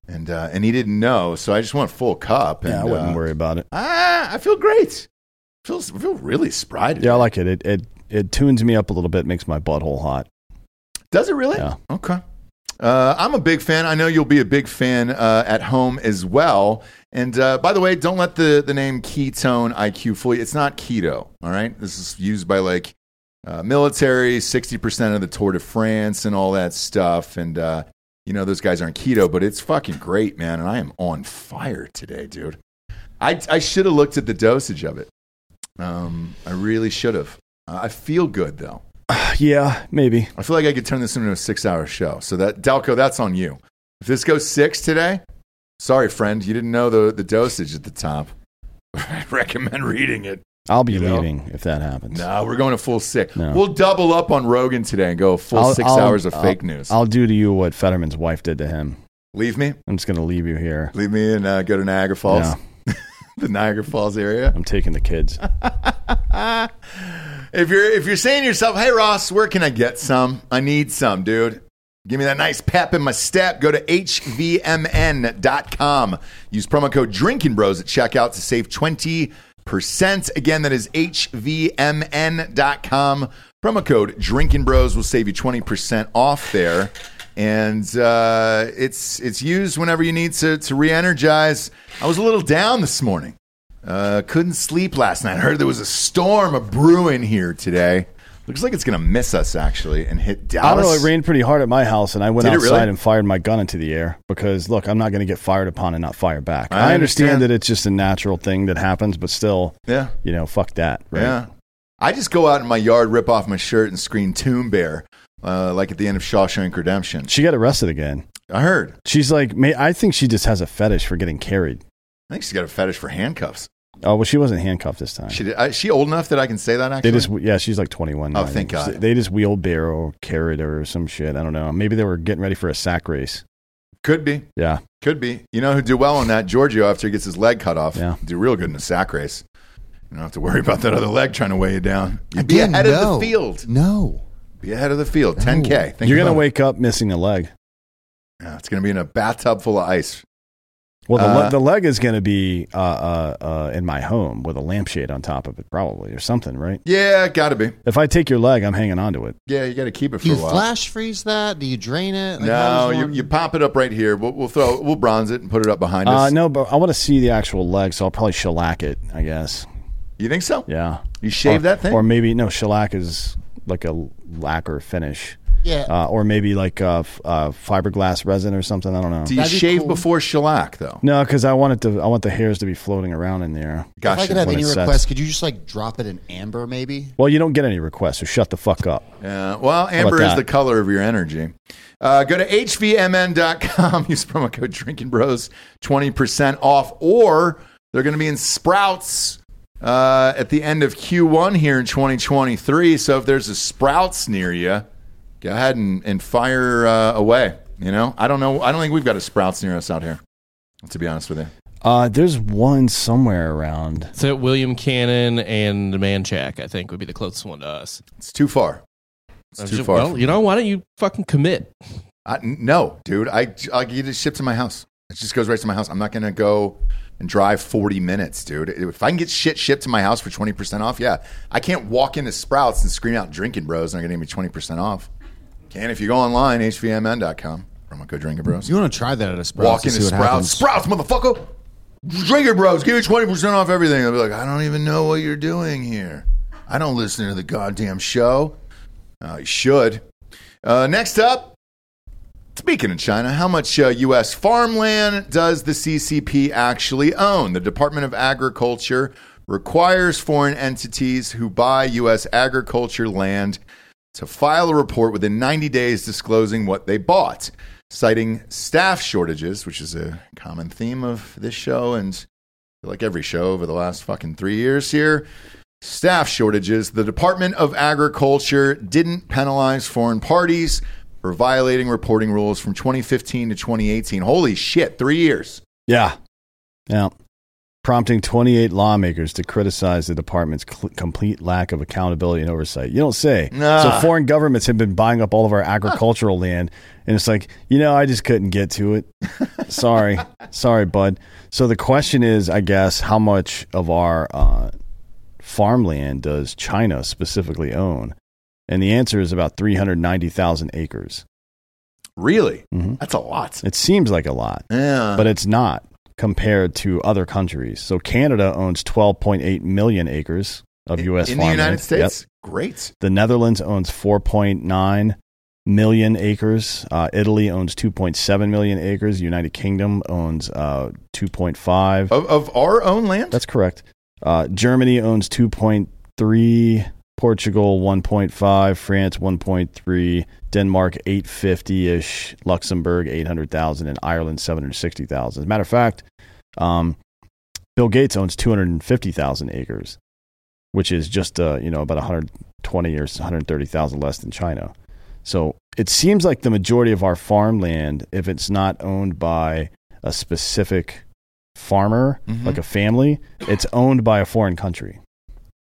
And uh, and he didn't know, so I just went full cup. And, yeah, I wouldn't uh, worry about it. Ah, I feel great. Feels I feel really spry. today. Yeah, I like it. It it it tunes me up a little bit, makes my butthole hot. *sighs* Does it really? Yeah. Okay. Uh, I'm a big fan. I know you'll be a big fan uh, at home as well. And uh, by the way, don't let the, the name ketone IQ fool you. It's not keto. All right. This is used by like uh, military, 60% of the Tour de France and all that stuff. And, uh, you know, those guys aren't keto, but it's fucking great, man. And I am on fire today, dude. I, I should have looked at the dosage of it. Um, I really should have. Uh, I feel good, though. Yeah, maybe. I feel like I could turn this into a six hour show. So that Dalco, that's on you. If this goes six today, sorry friend, you didn't know the, the dosage at the top. *laughs* I recommend reading it. I'll be You know? leaving if that happens. No, we're going to full six. No. We'll double up on Rogan today and go a full I'll- 6 I'll- hours of I'll- fake news. I'll do to you what Fetterman's wife did to him. leave me, I'm just gonna leave you here. leave me, and uh, go to Niagara Falls, Yeah, *laughs* the Niagara Falls area. I'm taking the kids. if you're if you're saying to yourself, "Hey Ross, where can I get some? I need some, dude." Give me that nice pep in my step. Go to hvmn.com. Use promo code Drinking Bros at checkout to save 20%. Again, that is hvmn.com. Promo code Drinking Bros will save you 20% off there. And uh, it's, it's used whenever you need to, to re energize. I was a little down this morning. Uh, couldn't sleep last night. Heard there was a storm of brewing here today. Looks like it's going to miss us actually and hit I don't Dallas. know. It rained pretty hard at my house, and I went Did it outside really? and fired my gun into the air because look, I'm not going to get fired upon and not fire back. I I, understand. understand. that it's just a natural thing that happens, but still, Yeah, you know, fuck that. Right? yeah. I just go out in my yard, rip off my shirt, and scream "Tomb Bear," uh, like at the end of Shawshank Redemption. She got arrested again. I heard. She's like, ma- I think she just has a fetish for getting carried. I think she's got a fetish for handcuffs. Oh well, she wasn't handcuffed this time. She, I, she old enough that I can say that. Actually, They just yeah, she's like 21. now, Oh, I thank think. God. They just wheelbarrow carried her or some shit. I don't know. Maybe they were getting ready for a sack race. could be, Yeah, could be. You know who do well on that? Giorgio after he gets his leg cut off, Yeah. do real good in a sack race. You don't have to worry about that other leg trying to weigh you down. You'd be Again, ahead no. of the field. No. Be ahead of the field. 10k. Think you're gonna about it. wake up missing a leg. Yeah, it's gonna be in a bathtub full of ice. Well, the, Uh, le- the leg is going to be uh, uh, uh, in my home with a lampshade on top of it, probably, or something, right? Yeah, gotta be. If I take your leg, I'm hanging onto it. Yeah, you gotta keep it for Do you a while. flash freeze that? Do you drain it? *laughs* Like, how no, does you, one- you pop it up right here. We'll, we'll throw we'll bronze it and put it up behind Uh, us. no, but I want to see the actual leg, so I'll probably shellac it, I guess. You think so? Yeah. You shave Or- that thing? Or maybe, no, shellac is like a lacquer finish. yeah. Oh, Uh, or maybe like uh, f- uh, fiberglass resin or something. I don't know. Do you That'd be shave cool. before shellac though? No, because I want it to. I want the hairs to be floating around in there. if I Gosh, could have when any it sets. requests, could you just like drop it in amber, maybe? Well, you don't get any requests, so shut the fuck up. yeah. Well, amber is that? the color of your energy. Uh, go to hvmn.com. *laughs* Use promo code Drinking Bros twenty percent off. Or they're going to be in Sprouts uh, at the end of Q1 here in 2023. So if there's a Sprouts near you, go ahead and, and fire uh, away. You know, I don't know. I don't think we've got a Sprouts near us out here. To be honest with you. Uh, there's one somewhere around. So William Cannon and Manchak, I think, would be the closest one to us. It's too far. It's I'm too just- far. Well, you know, why don't you fucking commit? I, no, dude. I I get it shipped to my house. It just goes right to my house. I'm not gonna go and drive 40 minutes, dude. If I can get shit shipped to my house for 20% off, yeah. I can't walk into Sprouts and scream out "Drinking Bros" and they're gonna give me 20% off. Can if you go online hvmn.com from Go Drinking Bros. You want to try that at a Sprouts? walk to into see what Sprouts, happens. Sprouts, motherfucker. Drinking Bros, give me 20% off everything. I'll be like, I don't even know what you're doing here. I don't listen to the goddamn show. Uh, you should. Uh, next up, speaking of China, how much uh, U.S. farmland does the CCP actually own? The Department of Agriculture requires foreign entities who buy U.S. agriculture land to file a report within 90 days disclosing what they bought, citing staff shortages, which is a common theme of this show and like every show over the last fucking three years here. Staff shortages. The Department of Agriculture didn't penalize foreign parties for violating reporting rules from 2015 to 2018. Holy shit, three years. Yeah. Yeah. Prompting 28 lawmakers to criticize the department's cl- complete lack of accountability and oversight. You don't say. Nah. So foreign governments have been buying up all of our agricultural land, and it's like, you know, I just couldn't get to it. Sorry, sorry, bud. So the question is, I guess, how much of our uh, farmland does China specifically own? And the answer is about 390,000 acres. Really? Mhm. That's a lot. It seems like a lot Yeah. but it's not compared to other countries. So Canada owns 12.8 million acres of in, U.S. in the farmland. United Yep. States? Great. The Netherlands owns 4.9 million acres. Uh, Italy owns 2.7 million acres. United Kingdom owns uh, 2.5. Of, of our own land? That's correct. Uh, Germany owns 2.3. Portugal 1.5, France 1.3, Denmark 850 ish, Luxembourg 800,000, and Ireland 760,000. As a matter of fact, um, Bill Gates owns 250,000 acres, which is just uh, you know about 120 or 130,000 less than China. So it seems like the majority of our farmland, if it's not owned by a specific farmer, Mm-hmm. Mhm. like a family, it's owned by a foreign country.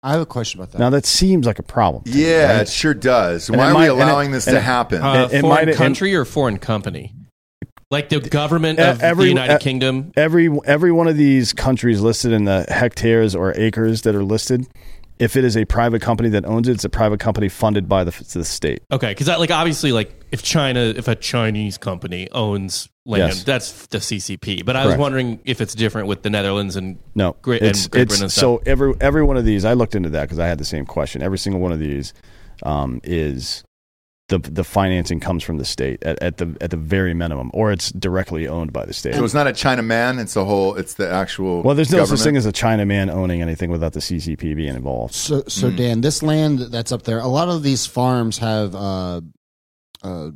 I have a question about that. Now that seems like a problem. to me, Yeah, right? it sure does. And Why it are we might- and it- allowing this and to it- happen? Uh, It- it foreign might- it- country or foreign company? Like the government Uh, of every- the United uh, Kingdom? every every one of these countries listed in the hectares or acres that are listed, if it is a private company that owns it, it's a private company funded by the, the state. Okay, because like obviously, like if China, if a Chinese company owns land, Yes. that's the CCP. But I was Correct. wondering if it's different with the Netherlands and No, Great- and it's, Great it's- Britain and so every every one of these. I looked into that because I had the same question. Every single one of these um, is the the financing comes from the state at, at the at the very minimum, or it's directly owned by the state. So it's not a China man. It's a whole. It's the actual. uh, well, there's no government. such thing as a Chinaman owning anything without the CCP being involved. So, so Mm. Dan, this land that's up there, a lot of these farms have uh, uh,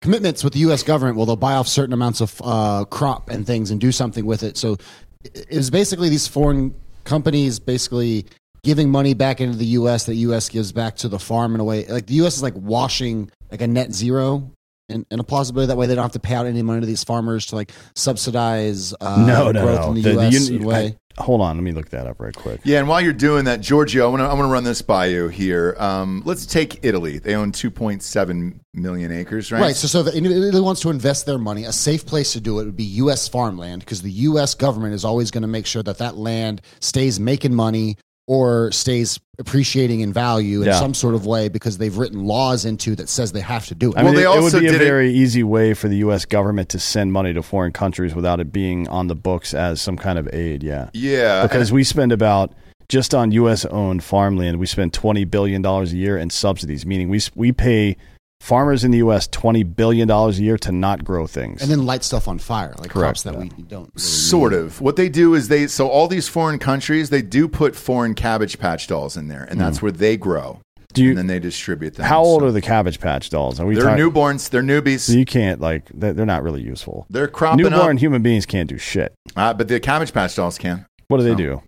commitments with the U.S. government. Well, they'll buy off certain amounts of uh, crop and things and do something with it. So, it it was basically these foreign companies basically giving money back into the U.S. that U.S. gives back to the farm in a way. Like the U.S. is like washing like a net zero. And, and a plausibility that way they don't have to pay out any money to these farmers to like subsidize uh, no, no, growth no. in the, The- the U.S. uni- in a way. I- hold on, let me look that up right quick. Yeah, and while you're doing that, Giorgio, I want to I want to run this by you here. Um, let's take Italy. They own 2.7 million acres, right? Right. So, so if Italy wants to invest their money, a safe place to do it would be U.S. farmland because the U.S. government is always going to make sure that that land stays making money or stays appreciating in value in Yeah. some sort of way because they've written laws into that says they have to do it. I Well, mean, they it, it also would be a did it- very easy way for the U.S. government to send money to foreign countries without it being on the books as some kind of aid. Yeah. yeah, because we spend about just on U.S. owned farmland, we spend twenty billion dollars a year in subsidies, meaning we s- we pay farmers in the U.S. twenty billion dollars a year to not grow things. and then light stuff on fire, like Correct, crops that yeah. we don't. Really sort of. What they do is they so all these foreign countries they do put foreign cabbage patch dolls in there, and that's where they grow, Hmm. Do and then you? they distribute them. How old So are the Cabbage Patch dolls? Are we? They're talk- newborns. They're newbies. so you can't like they're, they're not really useful. they're cropping Newborn human beings can't do shit. up, uh, but the cabbage patch dolls can. What do they So, do?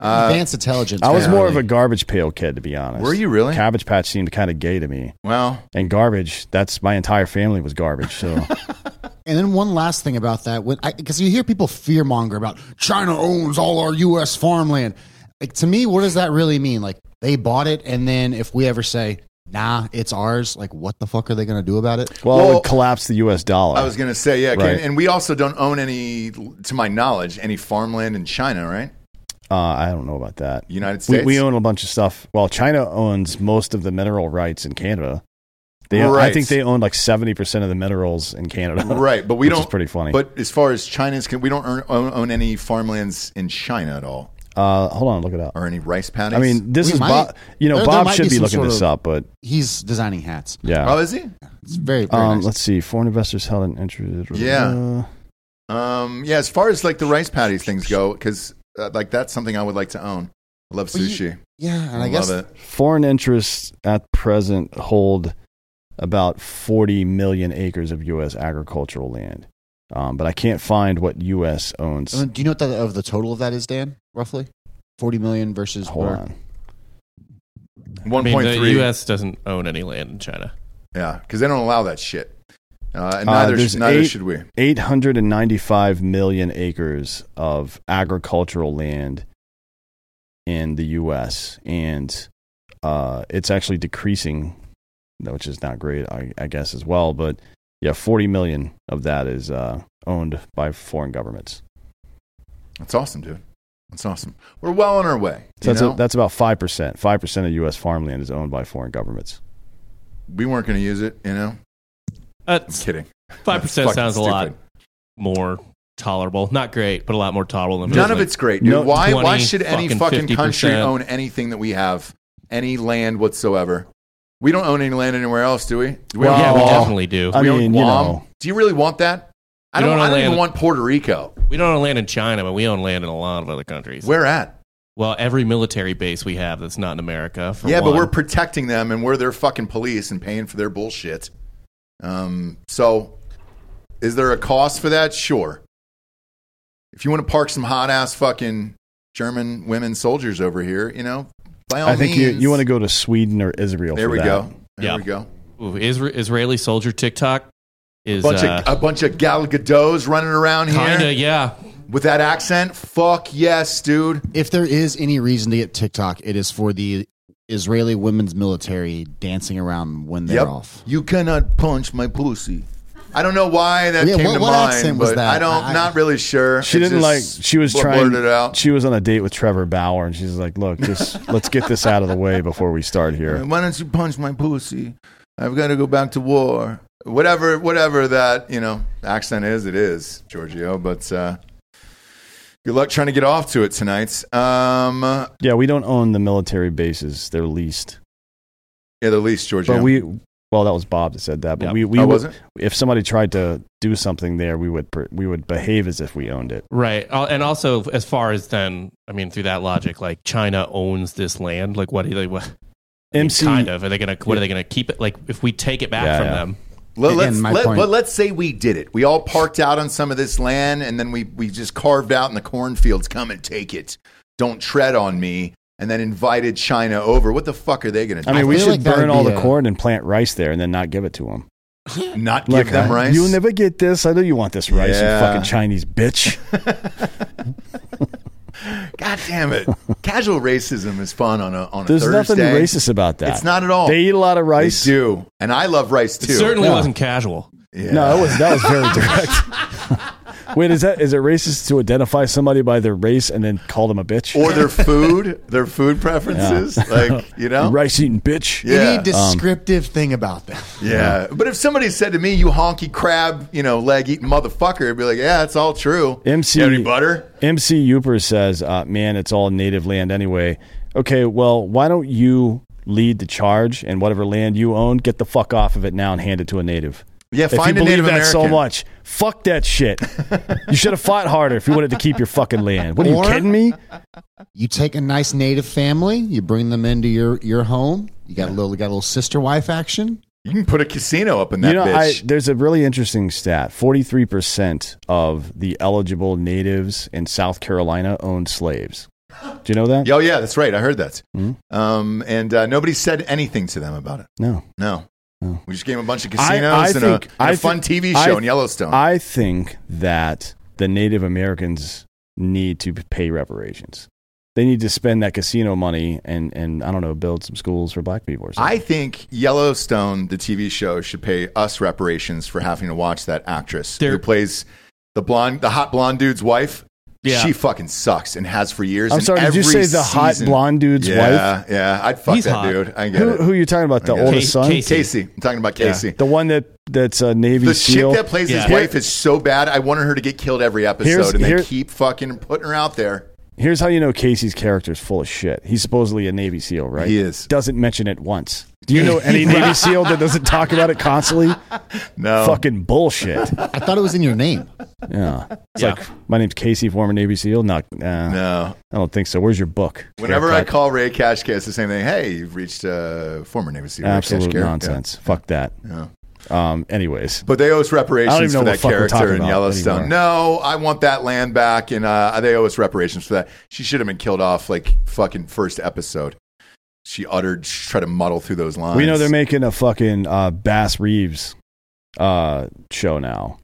need- Uh, Advanced intelligence. I was man. more of a garbage pail kid, to be honest. were you really? Cabbage Patch seemed kind of gay to me. well, *laughs* and garbage that's my entire family was garbage so And then one last thing about that, when because you hear people fearmonger about China owns all our U.S. farmland. Like to me, what does that really mean? Like they bought it, and then if we ever say, "Nah, it's ours," like what the fuck are they going to do about it? Well, it Well- would collapse the U.S. dollar. I was going to say, yeah. Can, Right. and we also don't own any, to my knowledge, any farmland in China, right? uh, I don't know about that. United We, States. we own a bunch of stuff. Well, China owns most of the mineral rights in Canada. They, I Right. think they own like seventy percent of the minerals in Canada. *laughs* right, but we which don't. Is pretty funny. But as far as China's, con- we don't earn, own, own any farmlands in China at all, uh, hold on, look it up. or any rice paddies. I mean, this We is might- Bob. You know, there- there Bob might should be be, some looking sort this of- up, but He's designing hats. yeah. oh, is he? It's very, very um, nice. let's see. Foreign investors held an interest. Yeah. Uh, Um, yeah. As far as like the rice paddies things go, because uh, like that's something I would like to own. I love Well, you- sushi. Yeah, and I I guess love it. foreign interests at present hold about 40 million acres of U.S. agricultural land, um, but I can't find what U.S. owns. Uh, Do you know what the, of the total of that is, Dan? Roughly, forty million versus Hold where- on. I One mean, point the three. U.S. doesn't own any land in China. Yeah, because they don't allow that shit. Uh, and Uh, neither there's sh- neither eight- should we. 895 million acres of agricultural land in the U.S. and uh, it's actually decreasing, which is not great, I, I guess, as well. But yeah, 40 million of that is uh, owned by foreign governments. That's awesome, dude. That's awesome. We're well on our way. So you that's, a, know? that's about five percent. Five percent of U.S. farmland is owned by foreign governments. we weren't going to use it. You know, I'm That's kidding. Uh, five percent Fucking sounds a lot stupid. more tolerable. Not great, but a lot more tolerable than None Finland. of it's great, dude. No, why? why 20, should any fucking fucking country 50%. own anything that we have, any land whatsoever? We don't own any land anywhere else, do we? Do we Well, own Yeah, we Guam? definitely do. I we own mean, you Guam? know, Do you really want that? I We don't. don't I own don't even land. want Puerto Rico. We don't own land in China, but we own land in a lot of other countries. Where at? well, every military base we have that's not in America. For Yeah, but one. we're protecting them, and we're their fucking police and paying for their bullshit. Um. So, is there a cost for that? Sure. If you want to park some hot ass fucking German women soldiers over here, you know, by all I think you, means. you want to go to Sweden or Israel. There for we that. go. There Yeah. we go. Ooh, Isra- Israeli soldier TikTok is bunch uh, of a bunch of Gal Gadot's running around here kinda yeah. with that accent. Fuck yes, dude. if there is any reason to get TikTok, it is for the Israeli women's military dancing around when they're Yep. off. You cannot punch my pussy. I don't know why that Yeah, came what- to what mind, accent but was that? I don't. I- not really sure. She It didn't like. just She was bl- trying. blurted out. She was on a date with Trevor Bauer, and she's like, "Look, just *laughs* let's get this out of the way before we start here." Why don't you punch my pussy? I've got to go back to war. Whatever, whatever that you know accent is, it is Giorgio. But uh, good luck trying to get off to it tonight. Um, yeah, Yeah, we don't own the military bases; they're leased. the least Giorgio. But we, well, that was Bob that said that. But Yeah. we, we Oh, would- was it? if somebody tried to do something there, we would per- we would behave as if we owned it. Right. Uh, and also, as far as then, I mean, through that logic, like China owns this land. Like, what are they? What, I mean, MC kind of. Are they gonna? What are they gonna keep it? Like, if we take it back Yeah, from yeah. them, Let, Again, let's, my let, point. but let's say we did it. We all parked out on some of this land, and then we, we just carved out in the cornfields, come and take it. Don't tread on me. And then invited China over. What the fuck are they going to I do? mean, we feel should like that burn would all be the a- corn and plant rice there, and then not give it to them. Not Like, give them uh, rice. You'll never get this. I know you want this rice, Yeah. you fucking *laughs* Chinese bitch. God damn *laughs* it. Casual racism is fun on a, on a There's Thursday. nothing racist about that. It's not at all. They eat a lot of They rice. do. And I love rice it too. certainly Yeah. wasn't casual. Yeah. No, that was that was very direct. *laughs* *laughs* Wait, is that is it racist to identify somebody by their race and then call them a bitch? or *laughs* their food, their food *laughs* preferences. Like, you know? rice eating bitch? Yeah. Any descriptive thing about them? Yeah. But if somebody said to me, you honky crab, you know, leg eating motherfucker, I'd be like, yeah, it's all true. MC You have any butter? MC Uper says, uh, "Man, it's all native land anyway." Okay, well, why don't you lead the charge and whatever land you own, get the fuck off of it now and hand it to a native. Yeah, if you find a believe Native that American. so much, fuck that shit. you should have fought harder if you wanted to keep your fucking land. What are you Or- kidding me? You take a nice native family, you bring them into your, your home. You got a little you got a little sister wife action. You can put a casino up in that you know, bitch. I, there's a really interesting stat. Forty-three percent of the eligible natives in South Carolina owned slaves. Do you know that? Hmm? oh yeah, that's right. I heard that. Um, and uh, nobody said anything to them about it. No. No, We just gave him a bunch of Hmm. I- casinos I and, think- a, and I a think- fun TV show I in th- Yellowstone. I think that the Native Americans need to pay reparations. They need to spend that casino money and, and I don't know, build some schools for black people or something. I think Yellowstone, the TV show, should pay us reparations for having to watch that actress There- who plays the blonde, the hot blonde dude's wife. Yeah. She fucking sucks and has for years. I'm and sorry, did you every say the hot season- blonde dude's yeah, wife? Yeah, I'd fuck He's that hot. dude. I get Who, it. who are you talking about? The I get it. oldest son? Casey. Casey. I'm talking about Yeah. Casey. The one that, that's a Navy The SEAL? chick that plays Yeah. his wife is so bad. I wanted her to get killed every episode, Here's- and they here- keep fucking putting her out there. Here's how you know Casey's character is full of shit. He's supposedly a Navy SEAL, right? He is. Doesn't mention it once. Do you know *laughs* any Navy SEAL that doesn't talk about it constantly? No, Fucking bullshit. I thought it was in your name. Yeah. It's Yeah. like, my name's Casey, former Navy SEAL. Not, nah, no. I don't think so. Where's your book? Whenever I Haircut. call Ray Kashka, it's the same thing. Hey, you've reached uh, former Navy SEAL. Ray absolute Kashka. Yeah. nonsense. Fuck that. Yeah. Um. Anyways, But they owe us I don't reparations even for know what that fuck we're talking character in about Yellowstone. anymore. No, I want that land back, and uh, they owe us reparations for that. She should have been killed off like fucking first episode. She uttered, she tried to muddle through those lines. we know they're making a fucking uh, Bass Reeves uh show now.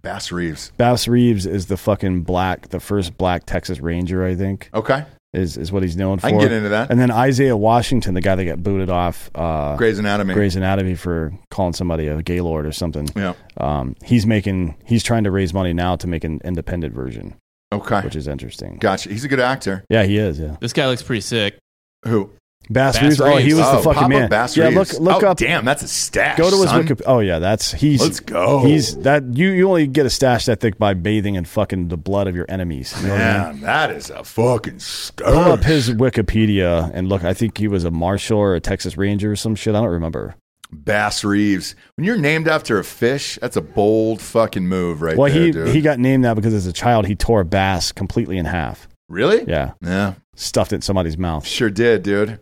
Bass Reeves. Bass Reeves is the fucking black, the first black Texas Ranger, I think, Okay, is is what he's known for. I can get into that. And then Isaiah Washington, the guy that got booted off uh, Grey's Anatomy. Grey's Anatomy for calling somebody a Gaylord or something. Yeah. Um, he's making, he's trying to raise money now to make an independent version, Okay. which is interesting. Gotcha. He's a good actor. Yeah, he is. Yeah, This guy looks pretty sick. Who? Bass, Bass Reeves. Oh, he Reeves. was the Oh, fucking Papa man. Bass yeah, look, Reeves. look Oh, up. Damn, that's a stash. Go to his son. Wikipedia. Oh yeah, that's he's. Let's go. He's that you. You only get a stash that thick by bathing in fucking the blood of your enemies. You know what I Man, mean? that is a fucking stash. Pull up his Wikipedia and look. I think he was a marshal or a Texas Ranger or some shit. I don't remember. Bass Reeves. When you're named after a fish, that's a bold fucking move, right well, there, he dude. he got named that because as a child he tore a bass completely in half. really? Yeah, Yeah, stuffed it in somebody's mouth. sure did, dude.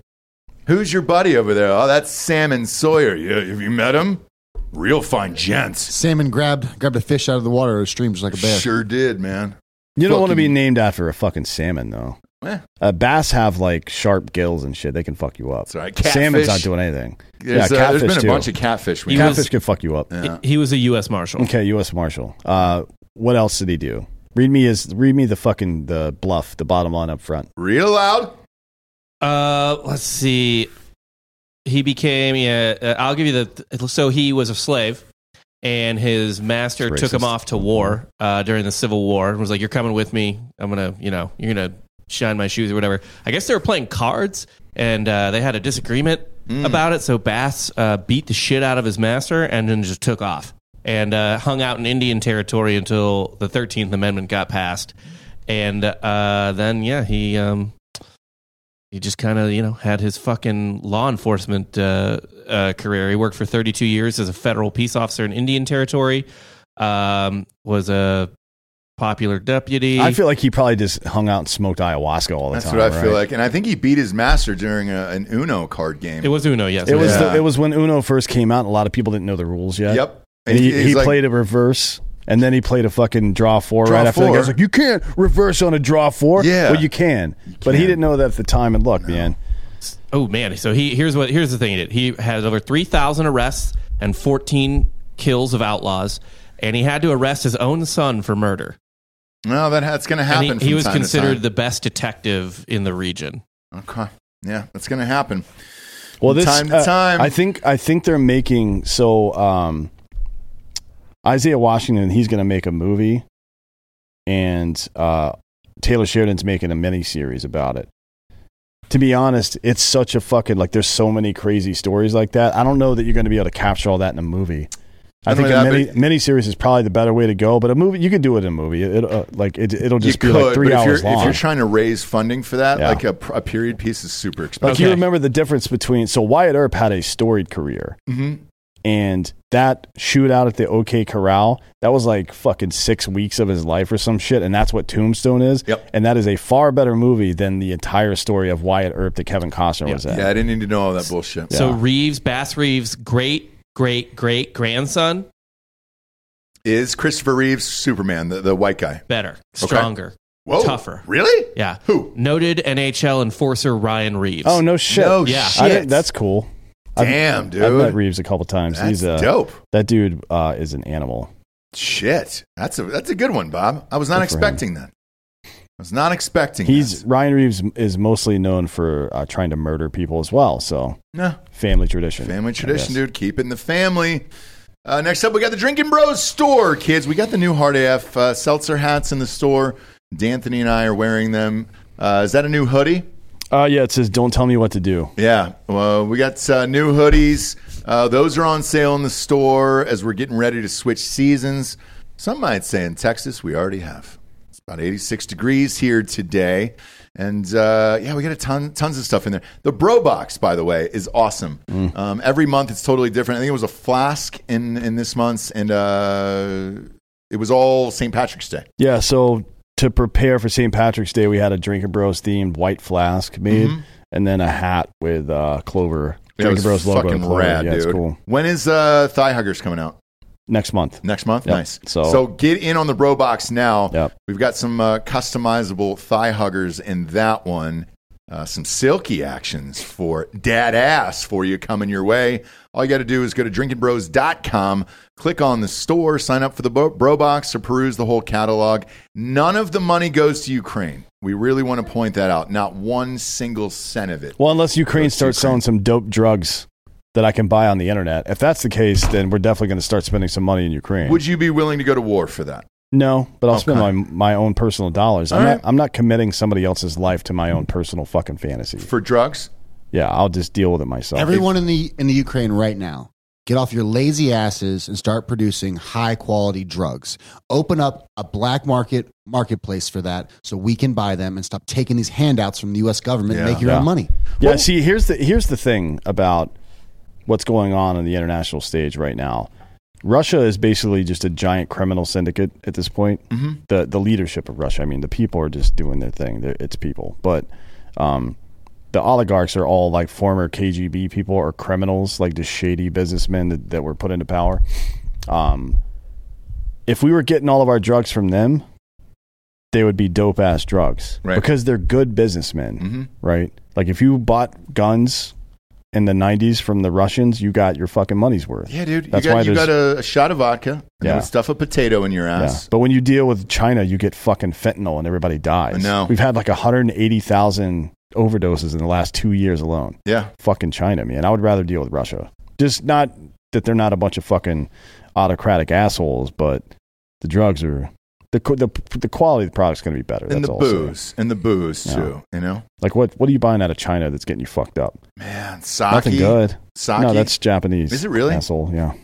Who's your buddy over there? Oh, that's Salmon Sawyer. Yeah, have you met him? Real fine gents. Salmon grabbed grabbed a fish out of the water or a stream just like a bear. Sure did, man. You don't want to be Fucking- named after a fucking salmon though. Eh, Uh, bass have like sharp gills and shit. They can fuck you up. That's all right. Catfish. Salmon's not doing anything. there's, yeah, uh, there's catfish been a too. bunch of catfish. We He was- catfish could fuck you up. Yeah. He was a U.S. Marshal. Okay, U.S. Marshal. Uh, what else did he do? Read me his. Read me the fucking the bluff. The bottom line up front. Real loud. Uh, let's see. He became. Yeah, uh, I'll give you the. So he was a slave, and his master That's took him racist. off to war uh, during the Civil War, and was like, "You're coming with me. I'm gonna, you know, you're gonna shine my shoes or whatever." I guess they were playing cards, and uh, they had a disagreement Mm. about it. So Bass uh, beat the shit out of his master, and then just took off and uh, hung out in Indian territory until the Thirteenth Amendment got passed, and uh, then yeah, he. Um, he just kind of you know had his fucking law enforcement uh, uh, career. He worked for 32 years as a federal peace officer in Indian Territory. Um, was a popular deputy. I feel like he probably just hung out and smoked ayahuasca all the That's time. what I feel right? like. And I think he beat his master during a, an Uno card game. it was Uno. Yes, It was Yeah. the, it was when Uno first came out. and A lot of people didn't know the rules yet. Yep. And he, he's he like- played a reverse, and then he played a fucking draw four Draw right after. The four. guy was like, "You can't reverse on a draw four. Yeah. well, you can, but he can. didn't know that at the time. And look, man, Oh man! So he here's what here's the thing he did. He had over three thousand arrests and fourteen kills of outlaws, and he had to arrest his own son for murder. No, that, that's going to And happen. he- he, from was time to considered time. the best detective in the region. Okay. Yeah, that's going to happen. well, From this uh, time to time. I think I think they're making so um, Isaiah Washington. He's going to make a movie, and uh, Taylor Sheridan's making a mini series about it. To be honest, it's such a fucking like. There's so many crazy stories like that. I don't know that you're going to be able to capture all that in a movie. I Not only think a that, mini, but- mini series is probably the better way to go, but a movie you could do it in a movie. It, uh, like it, it'll just be like three but if hours you're, long. If you're trying to raise funding for that, Yeah. like a, pr- a period piece is super Like expensive. Okay. you remember the difference between so Wyatt Earp had a storied career, Mhm. and that shootout at the OK Corral that was like fucking six weeks of his life or some shit, and that's what Tombstone is. Yep. And that is a far better movie than the entire story of Wyatt Earp that Kevin Costner was at. Yeah, I didn't need to know all that bullshit. So Yeah. Reeves, Bass Reeves, great great great grandson, Is Christopher Reeves Superman, the, the white guy? better, stronger, Whoa. Tougher. Really? Yeah. Who? Noted NHL enforcer Ryan Reeves. Oh no shit! No Yeah. shit. I didn't- that's cool. I've- Damn, dude. I've met Reeves a couple times. That's He's uh, a, dope. That dude uh, is an animal. Shit, that's a that's a good one, Bob. I was not Good for him. expecting that. I was not expecting. He's that. Ryan Reeves is mostly known for uh, trying to murder people as well. So no family tradition. family I tradition, guess. dude. Keep it in the family. Uh, next up, we got the Drinking Bros store, kids. We got the new Hard AF uh, seltzer hats in the store. D'Anthony and I are wearing them. Uh, is that a new hoodie? Uh, yeah, it says don't tell me what to do. Yeah, well, we got uh, new hoodies. Uh, those are on sale in the store as we're getting ready to switch seasons. Some might say in Texas, we already have. It's about 86 degrees here today. And uh, yeah, we got a ton, tons of stuff in there. The Bro Box, by the way, is awesome. Mm. Um, every month it's totally different. I think it was a flask in, in this month's, and uh, it was all St. Patrick's Day. Yeah, so to prepare for St. Patrick's Day, we had a Drinking Bros themed white flask made, Mm-hmm. and then a hat with uh, Clover. It Drinking was Bros logo. and fucking Clover. rad, yeah, dude. it's cool. When is uh, Thigh Huggers coming out? Next month. Next month, Yep. nice. So, So- get in on the bro box now. Yep. We've got some uh, customizable thigh huggers in that one. Uh, some silky actions for dad ass for you coming your way. All you got to do is go to drinkingbros.com, click on the store, sign up for the Bro Bro Box, or peruse the whole catalog. None of the money goes to Ukraine. We really want to point that out. Not one single cent of it. Well, unless Ukraine Let's see, starts Ukraine. selling some dope drugs that I can buy on the internet. If that's the case, then we're definitely going to start spending some money in Ukraine. Would you be willing to go to war for that? no, but I'll spend Okay. my my own personal dollars. All I'm, right. not, I'm not committing somebody else's life to my own personal fucking fantasy. For drugs? Yeah, I'll just deal with it myself. Everyone in the in the Ukraine right now, get off your lazy asses and start producing high quality drugs. Open up a black market marketplace for that, so we can buy them and stop taking these handouts from the U.S. government and Yeah. make your Yeah. own money. Yeah, see, here's the here's the thing about what's going on on the international stage right now. Russia is basically just a giant criminal syndicate at this point. Mm-hmm. The the leadership of Russia, I mean, the people are just doing their thing. They're, it's people, but um, the oligarchs are all like former KGB people or criminals, like just shady businessmen that, that were put into power. Um, if we were getting all of our drugs from them, they would be dope ass drugs Right. because they're good businessmen, Mhm. right? Like if you bought guns in the '90s from the Russians, you got your fucking money's worth. Yeah, dude. That's you why got, you there's- got a, a shot of vodka. And Yeah. yeah. Stuff a potato in your Yeah. ass. But when you deal with China, you get fucking fentanyl and everybody dies. I know. We've had like 180,000 overdoses in the last two years alone. Yeah. Fucking China, man. I would rather deal with Russia. Just not that they're not a bunch of fucking autocratic assholes, but the drugs are. The, qu- the, the quality of the product's going to be better. And That's the all I'll say. booze. And the booze, Yeah. too. You know? Like, what, what are you buying out of China that's getting you fucked up? Man, sake. Nothing good. Sake. No, that's Japanese. Is it really? Asshole, yeah.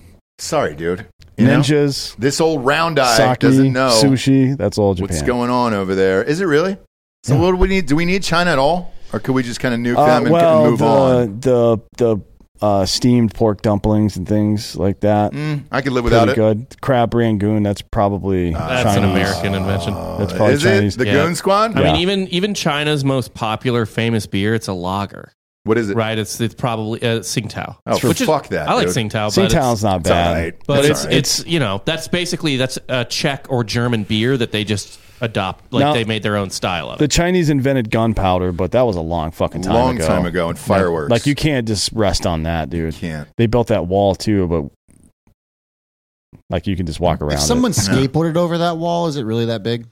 Sorry, dude. You know? Ninjas, This old round eye sake, doesn't know sushi. That's all Japan. what's going on over there. Is it really? So Yeah. what do we need? Do we need China at all? Or could we just kind of nuke Uh, them and, well, and move the, on? the the uh, steamed pork dumplings and things like that. Mm, I could live without pretty it. good. Crab rangoon. That's probably That's Chinese. an American invention. That's probably Is Chinese. it? The Yeah. Goon Squad? I mean, Yeah. even even China's most popular, famous beer, it's a lager, What is it? right? It's it's probably uh, Tsingtao. Oh, fuck that, I like dude. Tsingtao. but it's- Tsingtao's not It's all bad. right. but it's all right. it's you know that's basically that's a Czech or German beer that they just adopt, like Now- they made their own style of. The it. Chinese invented gunpowder, but that was a long fucking time long ago. time ago and fireworks. Like you can't just rest on that, dude. can't. They built that wall too, but like you can just walk around. If someone it. skateboarded over that wall, is it really that big?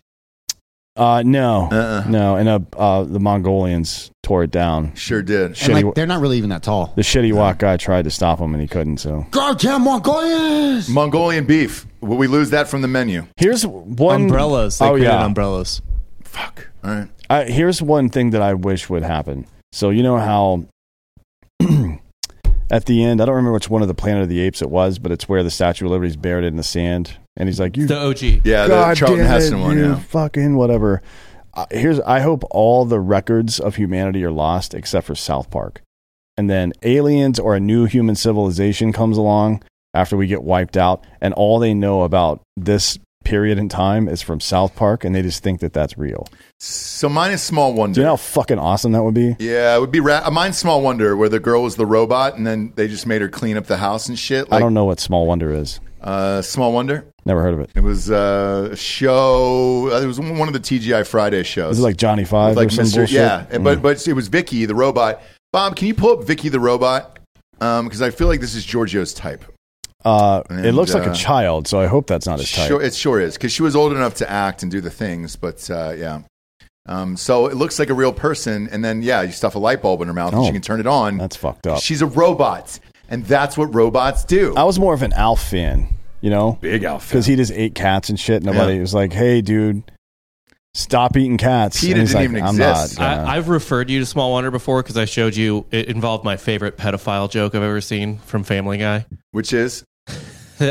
uh, no, Uh-uh. no, and uh, uh, the Mongolians tore it down. Sure did. And Shitty- like, they're not really even that tall. The shitty walk guy tried to stop him and he couldn't. So Goddamn Mongolians! Mongolian beef. Will we lose that from the menu? here's one umbrellas. They oh created yeah. umbrellas. Fuck. All right. I, here's one thing that I wish would happen. So you know how *clears throat* at the end, I don't remember which one of the Planet of the Apes it was, but it's where the Statue of Liberty's buried in the sand, and he's like, "You the OG. Yeah, the God Charlton damn it, Heston one. you Yeah. fucking whatever." Uh, here's I hope all the records of humanity are lost except for South Park, and then aliens or a new human civilization comes along after we get wiped out, and all they know about this period in time is from South Park, and they just think that that's real. So mine is Small Wonder. Do you know how fucking awesome that would be? Yeah, it would be ra- uh, mine's Small Wonder, where the girl was the robot, and then they just made her clean up the house and shit. I Like don't know what Small Wonder is. uh, Small Wonder, Never heard of it. it was uh, a show. uh, It was one of the TGI Friday shows. Is it like Johnny Five With, like or some Mr. bullshit? Mm. Yeah, but but it was Vicky the robot. Bob, can you pull up Vicky the robot? because I feel like this is Giorgio's type. Uh, it And, looks like uh, a child, so I hope that's not his type. Sure, it sure is because she was old enough to act and do the things, but uh, yeah. Um, so it looks like a real person, and then yeah, you stuff a light bulb in her mouth, and Oh. she can turn it on. That's fucked up. She's a robot, and that's what robots do. I was more of an Alf fan, you know, Big outfit. because he just ate cats and shit. Nobody Yeah. was like, "Hey, dude, stop eating cats." PETA And he's didn't like, even I'm exist. Not, gonna-" I, I've referred you to Small Wonder before because I showed you it involved my favorite pedophile joke I've ever seen from Family Guy. *laughs* which is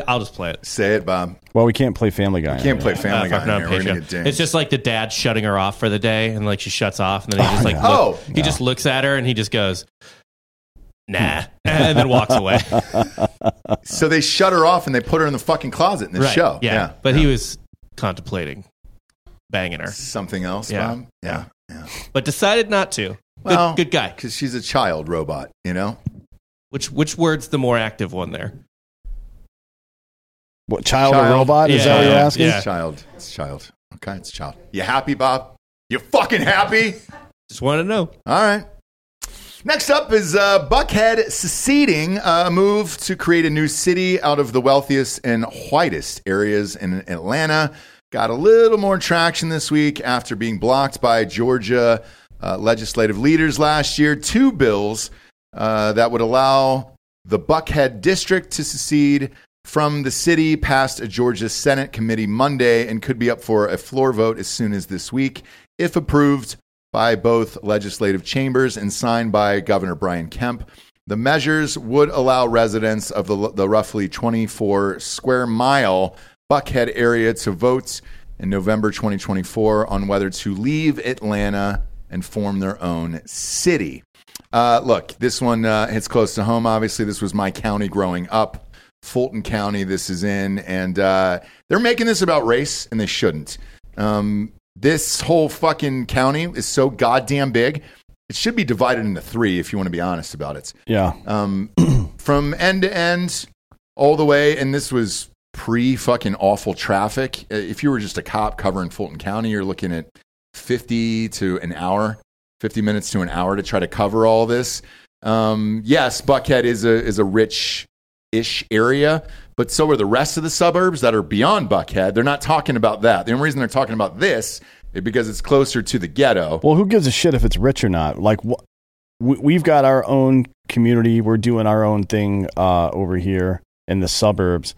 I'll just play it. say it, Bob. well, we can't play Family Guy. You can't on play it. Uh, Family Guy. fucking in on here. We're gonna patient. get dinged. It's just like the dad shutting her off for the day, and like she shuts off, and then he just like yeah. look- Oh, he just looks at her and he just goes, Hmm. "Nah," *laughs* and then walks away. so they shut her off and they put her in the fucking closet in *laughs* the right? show. Yeah. But he was contemplating banging her, something else. Yeah. Bob? yeah, yeah. but decided not to. Good, Well- good guy. Because she's a child robot, you know. Which which word's the more active one there? What, child, Child. or robot? Is Yeah. that what you're Yeah. asking? It's child. It's child. Okay, it's child. You happy, Bob? You fucking happy? Just want to know. All right. Next up is uh, Buckhead seceding, uh, move to create a new city out of the wealthiest and whitest areas in Atlanta. Got a little more traction this week after being blocked by Georgia uh, legislative leaders last year. Two bills uh, that would allow the Buckhead district to secede from the city passed a Georgia Senate committee Monday and could be up for a floor vote as soon as this week if approved by both legislative chambers and signed by Governor Brian Kemp. The measures would allow residents of the, the roughly 24 square mile Buckhead area to vote in November 2024 on whether to leave Atlanta and form their own city. Uh, look, this one uh, hits close to home. Obviously, this was my county growing up, Fulton County. This is in, and uh, they're making this about race, and they shouldn't. Um, this whole fucking county is so goddamn big. It should be divided into three, if you want to be honest about it Yeah. um, *clears throat* from end to end, all the way. And this was pre fucking awful traffic. Uh, If you were just a cop covering Fulton County, you're looking at 50 to an hour, 50 minutes to an hour to try to cover all this. Um, yes, Buckhead is a, is a rich ish area, but so are the rest of the suburbs that are beyond Buckhead. They're not talking about that. The only reason they're talking about this is because it's closer to the ghetto. Well, who gives a shit if it's rich or not? Like, wh- we, we've got our own community. We're doing our own thing uh, over here in the suburbs.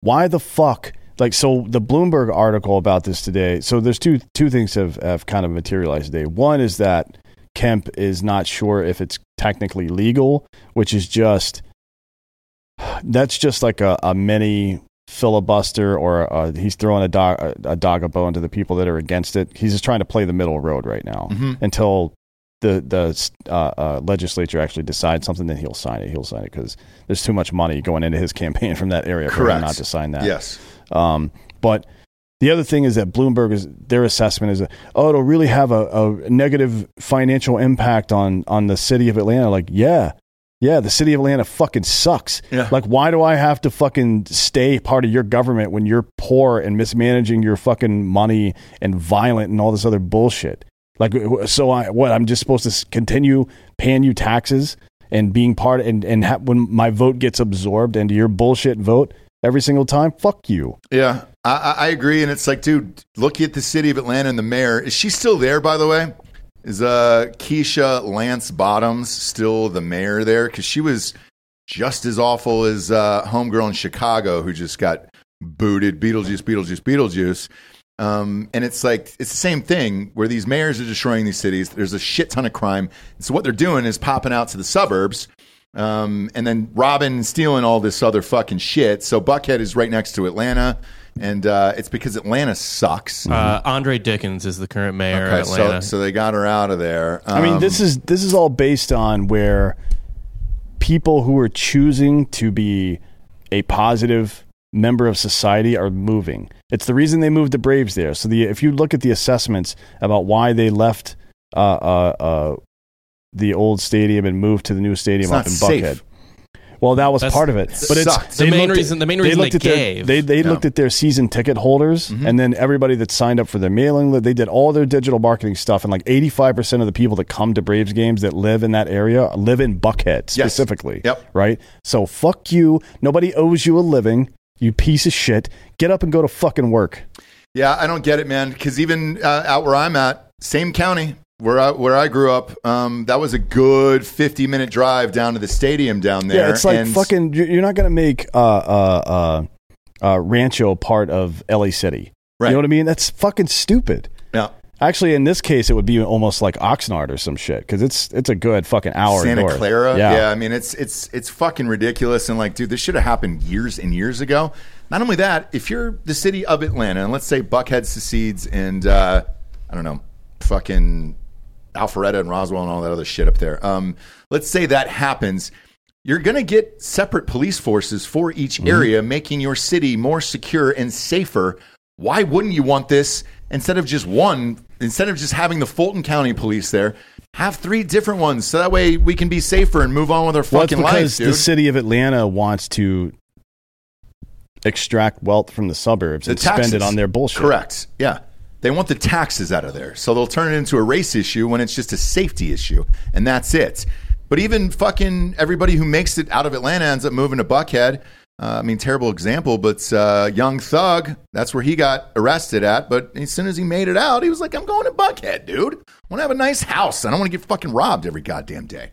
Why the fuck? Like, so the Bloomberg article about this today. So there's two two things have have kind of materialized today. One is that Kemp is not sure if it's technically legal, which is just that's just like a, a mini filibuster or uh, he's throwing a dog a, a dog a bone to the people that are against it. He's just trying to play the middle road right now Mhm. until the the uh, uh, legislature actually decides something. Then he'll sign it. He'll sign it because there's too much money going into his *laughs* campaign from that area for him Correct. not to sign that. Yes. Um, but the other thing is that Bloomberg is their assessment is that oh it'll really have a, a negative financial impact on on the city of Atlanta. Like yeah, yeah, the city of Atlanta fucking sucks. Yeah. Like why do I have to fucking stay part of your government when you're poor and mismanaging your fucking money and violent and all this other bullshit? Like so I what I'm just supposed to s- continue paying you taxes and being part and and ha- when my vote gets absorbed into your bullshit vote every single time fuck you Yeah, I, I- I agree, and it's like, dude, look at the city of Atlanta and the mayor. Is she still there? By the way, is uh, Keisha Lance Bottoms still the mayor there? Because she was just as awful as uh, homegirl in Chicago who just got booted. Beetlejuice, Beetlejuice, Beetlejuice. Um, and it's like it's the same thing where these mayors are destroying these cities. There's a shit ton of crime. So what they're doing is popping out to the suburbs um, and then robbing and stealing all this other fucking shit. So Buckhead is right next to Atlanta, and uh, it's because Atlanta sucks. Uh, Andre Dickens is the current mayor Okay, of so, Atlanta. so they got her out of there. i mean Um, this is this is all based on where people who are choosing to be a positive member of society are moving it's the reason they moved the braves there so the if you look at the assessments about why they left uh, uh, uh, the old stadium and moved to the new stadium It's up not in safe. buckhead Well, that was That's- part of it. But sucked. it's The they main looked at- reason- the main reason looked they at their- gave. they they Yeah. Mm-hmm. looked at their season ticket holders, and then everybody that signed up for their mailing list. They did all their digital marketing stuff, and like eighty five percent of the people that come to Braves games that live in that area live in Buckhead Yes. specifically. Yep. Right. So fuck you. Nobody owes you a living. You piece of shit. Get up and go to fucking work. Yeah, I don't get it, man. Because even uh, out where I'm at, same county where I, where I grew up, um, that was a good 50 minute drive down to the stadium down there. Yeah, it's like and- fucking. you- You're not gonna make uh uh uh, uh Rancho part of LA City. Right. You know what I mean? That's fucking stupid. Yeah. Actually, in this case, it would be almost like Oxnard or some shit because it's it's a good fucking hour. Santa north. Clara. I mean, it's it's it's fucking ridiculous. And like, dude, this should have happened years and years ago. Not only that, if you're the city of Atlanta, and let's say Buckhead secedes, and uh, I don't know, fucking Alpharetta and Roswell and all that other shit up there. Um, let's say that happens. You're going to get separate police forces for each Mm-hmm. area, making your city more secure and safer. Why wouldn't you want this instead of just one? Instead of just having the Fulton County police there, have three different ones so that way we can be safer and move on with our Well, it's fucking lives, because dude. the city of Atlanta wants to extract wealth from the suburbs and spend it on their bullshit. Correct. Yeah. They want the taxes out of there. So they'll turn it into a race issue when it's just a safety issue. And that's it. But even fucking everybody who makes it out of Atlanta ends up moving to Buckhead. Uh, I mean, terrible example, but uh, Young Thug, that's where he got arrested at. But as soon as he made it out, he was like, I'm going to Buckhead, dude. I want to have a nice house. I don't want to get fucking robbed every goddamn day.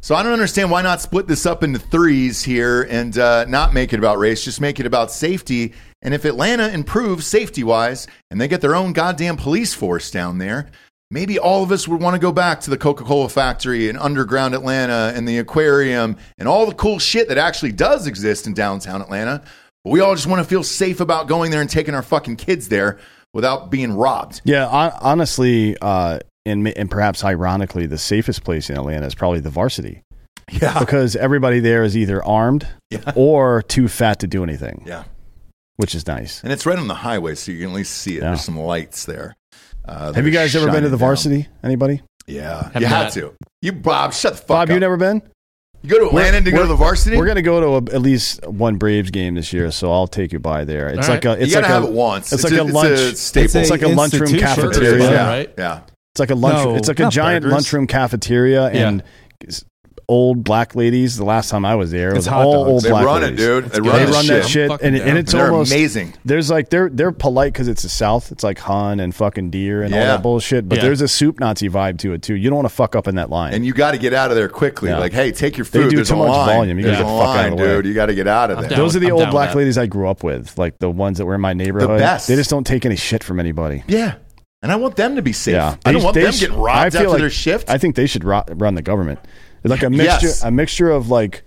So I don't understand why not split this up into threes here and uh, not make it about race, just make it about safety. And if Atlanta improves safety wise and they get their own goddamn police force down there, maybe all of us would want to go back to the Coca Cola factory and underground Atlanta and the aquarium and all the cool shit that actually does exist in downtown Atlanta. But we all just want to feel safe about going there and taking our fucking kids there without being robbed. Yeah, hon- honestly, uh, and ma- and perhaps ironically, the safest place in Atlanta is probably the Varsity Yeah. because everybody there is either armed Ah. Yeah. or too fat to do anything, Yeah. which is nice. And it's right on the highway, so you can at least see it. Yeah. There's some lights there. Uh, that Have you are guys ever been to shining the down. Varsity? Anybody? Yeah, Have you not. had to. You Bob, shut the fuck Bob, up. you never been? You go to We're- Atlanta to go we're- to the Varsity. We're gonna go to a, at least one Braves game this year, so I'll take you by there. It's All like a, it's you like gotta a, have it once. It's, It's like a, a- it's lunch. a staple. It's like a It's a luncheroom institution. It is, cafeteria. yeah, right? yeah. It's like a lunch. No, it's like a not giant burgers. lunchroom cafeteria Yeah. and s- old black ladies. The last time I was there, it was It's hot all dogs. old They black run it, ladies. dude. They They run, they the run shit. that I'm shit, fucking and, and down. it's They're almost amazing. There's like they're they're polite because it's the South. It's like hun and fucking deer and all Yeah. that bullshit. But Yeah. there's a soup Nazi vibe to it too. You don't want to fuck up in that line. And you got to get out of there quickly. Yeah. Like, hey, take your They food. do There's too a much line. volume. You gotta There's get a the fuck out of line, the way. dude. You got to get out of I'm there. down. those are the I'm old down with black that. ladies I grew up with, like the ones that were in my neighborhood. best. They just don't take any shit from anybody. Yeah, and I want them to be safe. Yeah, I don't They- want they them sh- getting robbed I feel after like- their shift. I think they should ro- run the government. It's like a Yes. mixture, a mixture of like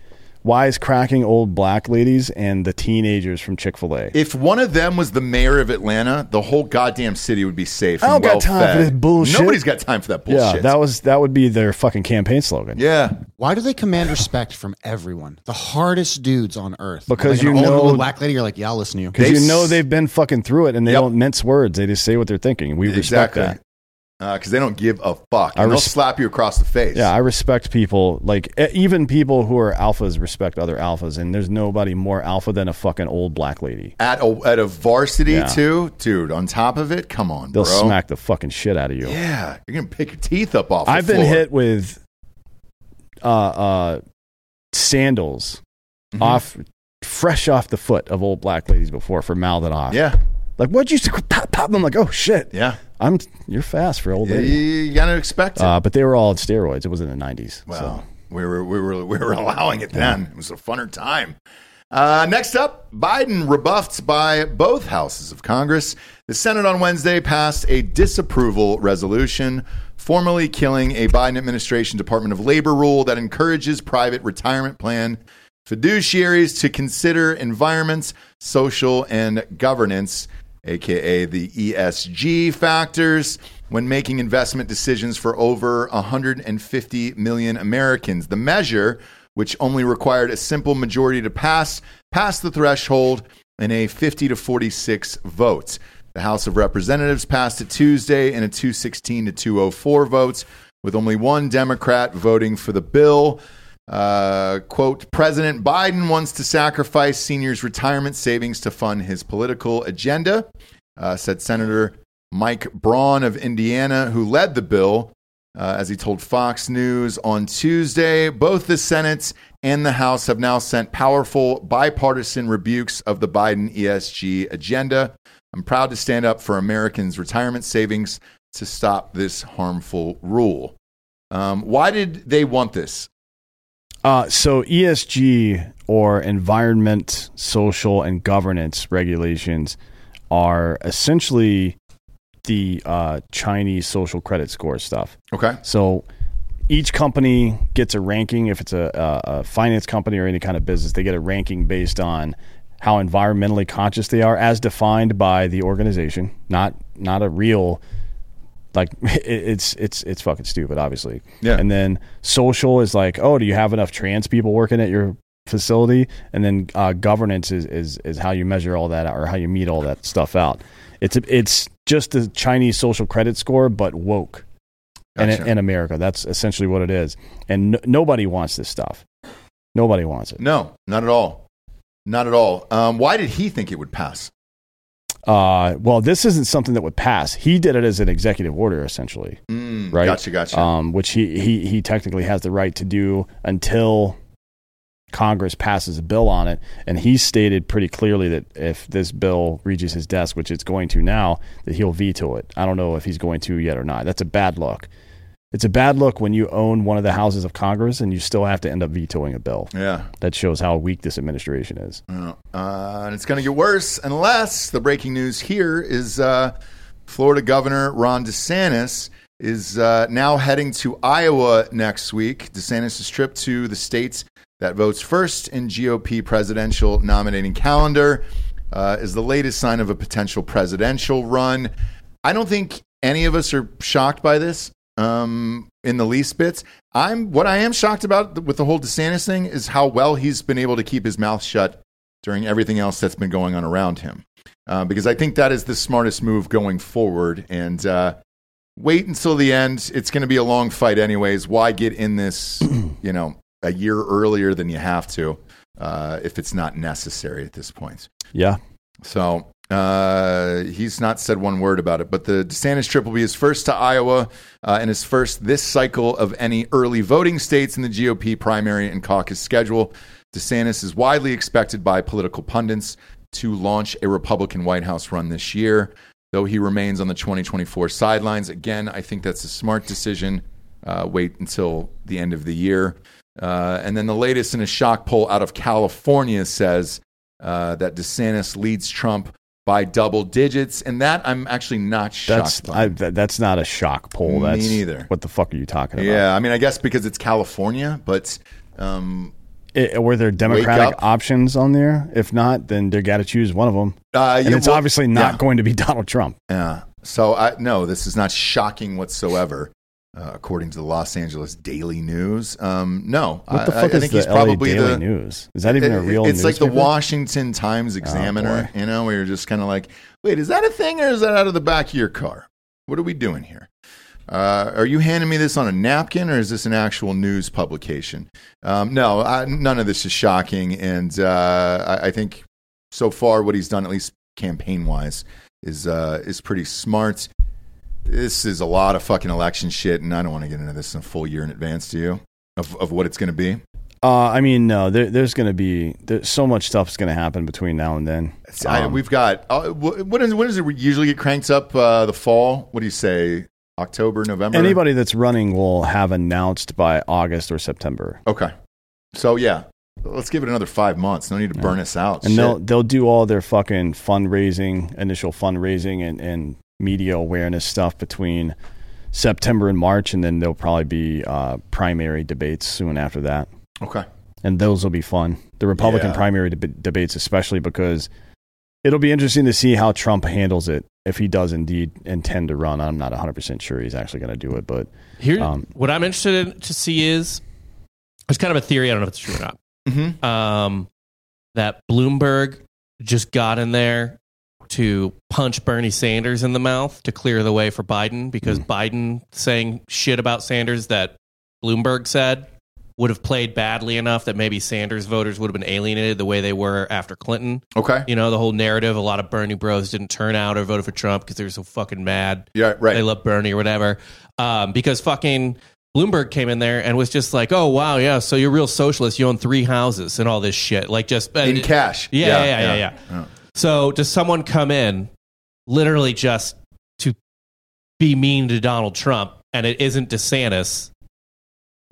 wisecracking old black ladies and the teenagers from Chick Fil A. if one of them was the mayor of Atlanta, the whole goddamn city would be safe. I and don't got well time for fed. this bullshit. Nobody's got time for that bullshit. Yeah, that was that would be their fucking campaign slogan. yeah. Why do they command respect from everyone? The hardest dudes on earth. Because Like an you old know- black lady, you're like, yeah, I'll listen to you. because They you know s- they've been fucking through it and they Yep. don't mince words. They just say what they're thinking. We respect exactly. that. Because they don't give a fuck. I And they'll res- slap you across the face. Yeah, I respect people like e- even people who are alphas respect other alphas, and there's nobody more alpha than a fucking old black lady. at a at a varsity Yeah. too, dude. On top of it, come on, They'll bro. smack the fucking shit out of you. Yeah, you're gonna pick your teeth up off. the I've been floor. hit with uh, uh, sandals Mhm. off, fresh off the foot of old black ladies before for mouthing off. Yeah, like what'd you s- pop? Pop? I'm like, oh shit, yeah. I'm you're fast for an old You, lady. you gotta expect it. Uh, but they were all on steroids. It was in the 90s. well, so. we were we were we were *laughs* allowing it then. It was a funner time. Uh, next up, Biden rebuffed by both houses of Congress. The Senate on Wednesday passed a disapproval resolution, formally killing a Biden administration Department of Labor rule that encourages private retirement plan fiduciaries to consider environments, social, and governance, aka the ESG factors, when making investment decisions for over 150 million Americans. The measure, which only required a simple majority to pass, passed the threshold in a 50 to 46 vote. The House of Representatives passed it Tuesday in a oh 216 to 204 vote, with only one Democrat voting for the bill. Uh, quote President Biden wants to sacrifice seniors' retirement savings to fund his political agenda, uh, said Senator Mike Braun of Indiana, who led the bill, uh, as he told Fox News on Tuesday. Both the Senate and the House have now sent powerful bipartisan rebukes of the Biden ESG agenda. I'm proud to stand up for Americans' retirement savings to stop this harmful rule. Um, why did they want this? Uh, so ESG or environment, social, and governance regulations are essentially the uh, Chinese social credit score stuff. Okay. So each company gets a ranking. If it's a, a, a finance company or any kind of business, they get a ranking based on how environmentally conscious they are, as defined by the organization. Not not a real like *laughs* it- it's it's it's fucking stupid, obviously. Yeah. And then social is like, oh, do you have enough trans people working at your facility? And then uh, governance is, is is how you measure all that or how you meet all that stuff out. It's it's just the Chinese social credit score, but woke and in, Gotcha. in America. That's essentially what it is. And n- nobody wants this stuff. Nobody wants it. No, not at all. Not at all. Um, why did he think it would pass? Uh, well, this isn't something that would pass. He did it as an executive order, essentially, Mm, right? Gotcha, gotcha. Um, which he, he he technically has the right to do until Congress passes a bill on it. And he stated pretty clearly that if this bill reaches his desk, which it's going to now, that he'll veto it. I don't know if he's going to yet or not. That's a bad look. It's a bad look when you own one of the houses of Congress and you still have to end up vetoing a bill. yeah. that shows how weak this administration is. Uh, and it's going to get worse unless the breaking news here is uh, Florida Governor Ron DeSantis is uh, now heading to Iowa next week. DeSantis' trip to the state that votes first in GOP presidential nominating calendar uh, is the latest sign of a potential presidential run. I don't think any of us are shocked by this um, in the least bit. I'm what I am shocked about with the whole DeSantis thing is how well he's been able to keep his mouth shut during everything else that's been going on around him. Uh, because I think that is the smartest move going forward. And uh, wait until the end. It's going to be a long fight, anyways. Why get in this, you know, a year earlier than you have to uh, if it's not necessary at this point? Yeah. So uh, he's not said one word about it. But the DeSantis trip will be his first to Iowa uh, and his first this cycle of any early voting states in the GOP primary and caucus schedule. DeSantis is widely expected by political pundits to launch a Republican White House run this year, though he remains on the 2024 sidelines. Again, I think that's a smart decision. Uh, wait until the end of the year. Uh, and then the latest in a shock poll out of California says uh, that DeSantis leads Trump by double digits, and that I'm actually not shocked That's by. I, that, that's not a shock poll. Me that's neither. What the fuck are you talking about? yeah, I mean, I guess because it's California, but um, It- were there up. Democratic options on there? If not, then they got to choose one of them. uh, And yeah, it's well- obviously not yeah. going to be *laughs* Donald Trump. Yeah. So I no, this is not shocking whatsoever, uh, according to the Los Angeles Daily News. Um, no, What I- the fuck I, I is think the he's LA probably Daily the. News? Is that even a it- real? it's like the newspaper? Oh, Washington Times Examiner, you know, where you're just kind of like, wait, is that a thing or is that out of the back of your car? What are we doing here? Uh, are you handing me this on a napkin or is this an actual news publication? Um, no, I, none of this is shocking. And uh, I, I think so far what he's done, at least campaign wise, is, uh, is pretty smart. This is a lot of fucking election shit, and I don't want to get into this in a full year in advance, do you? Of, of what it's going to be. Uh, I mean, no. There, there's going to be there's so much stuff's going to happen between now and then. See, I, Um, we've got uh, wh- when, is, when does it usually get cranked up? Uh, the fall. What do you say? October, November. Anybody that's running will have announced by August or September, Okay. So yeah, let's give it another five months. No need to burn us out. and Shit. they'll they'll do all their fucking fundraising, initial fundraising, and and media awareness stuff between September and March, and then there'll probably be uh, primary debates soon after that, okay. and those will be fun. The Republican Yeah. primary deb- debates, especially because it'll be interesting to see how Trump handles it if he does indeed intend to run. I'm not 100 percent sure he's actually going to do it, but Here, Um, what I'm interested in to see is there's kind of a theory. I don't know if it's true or not. hmm um, that Bloomberg just got in there to punch Bernie Sanders in the mouth to clear the way for Biden because Biden saying shit about Sanders that Bloomberg said would have played badly enough that maybe Sanders voters would have been alienated the way they were after Clinton. Okay. You know, the whole narrative a lot of Bernie bros didn't turn out or voted for Trump because they were so fucking mad. Yeah, They right. love Bernie or whatever. Um, because fucking Bloomberg came in there and was just like, oh, wow, yeah, so you're real socialist. You own three houses and all this shit. Like, just In cash. Yeah, yeah, yeah, yeah, yeah. So does someone come in literally just to be mean to Donald Trump and it isn't DeSantis?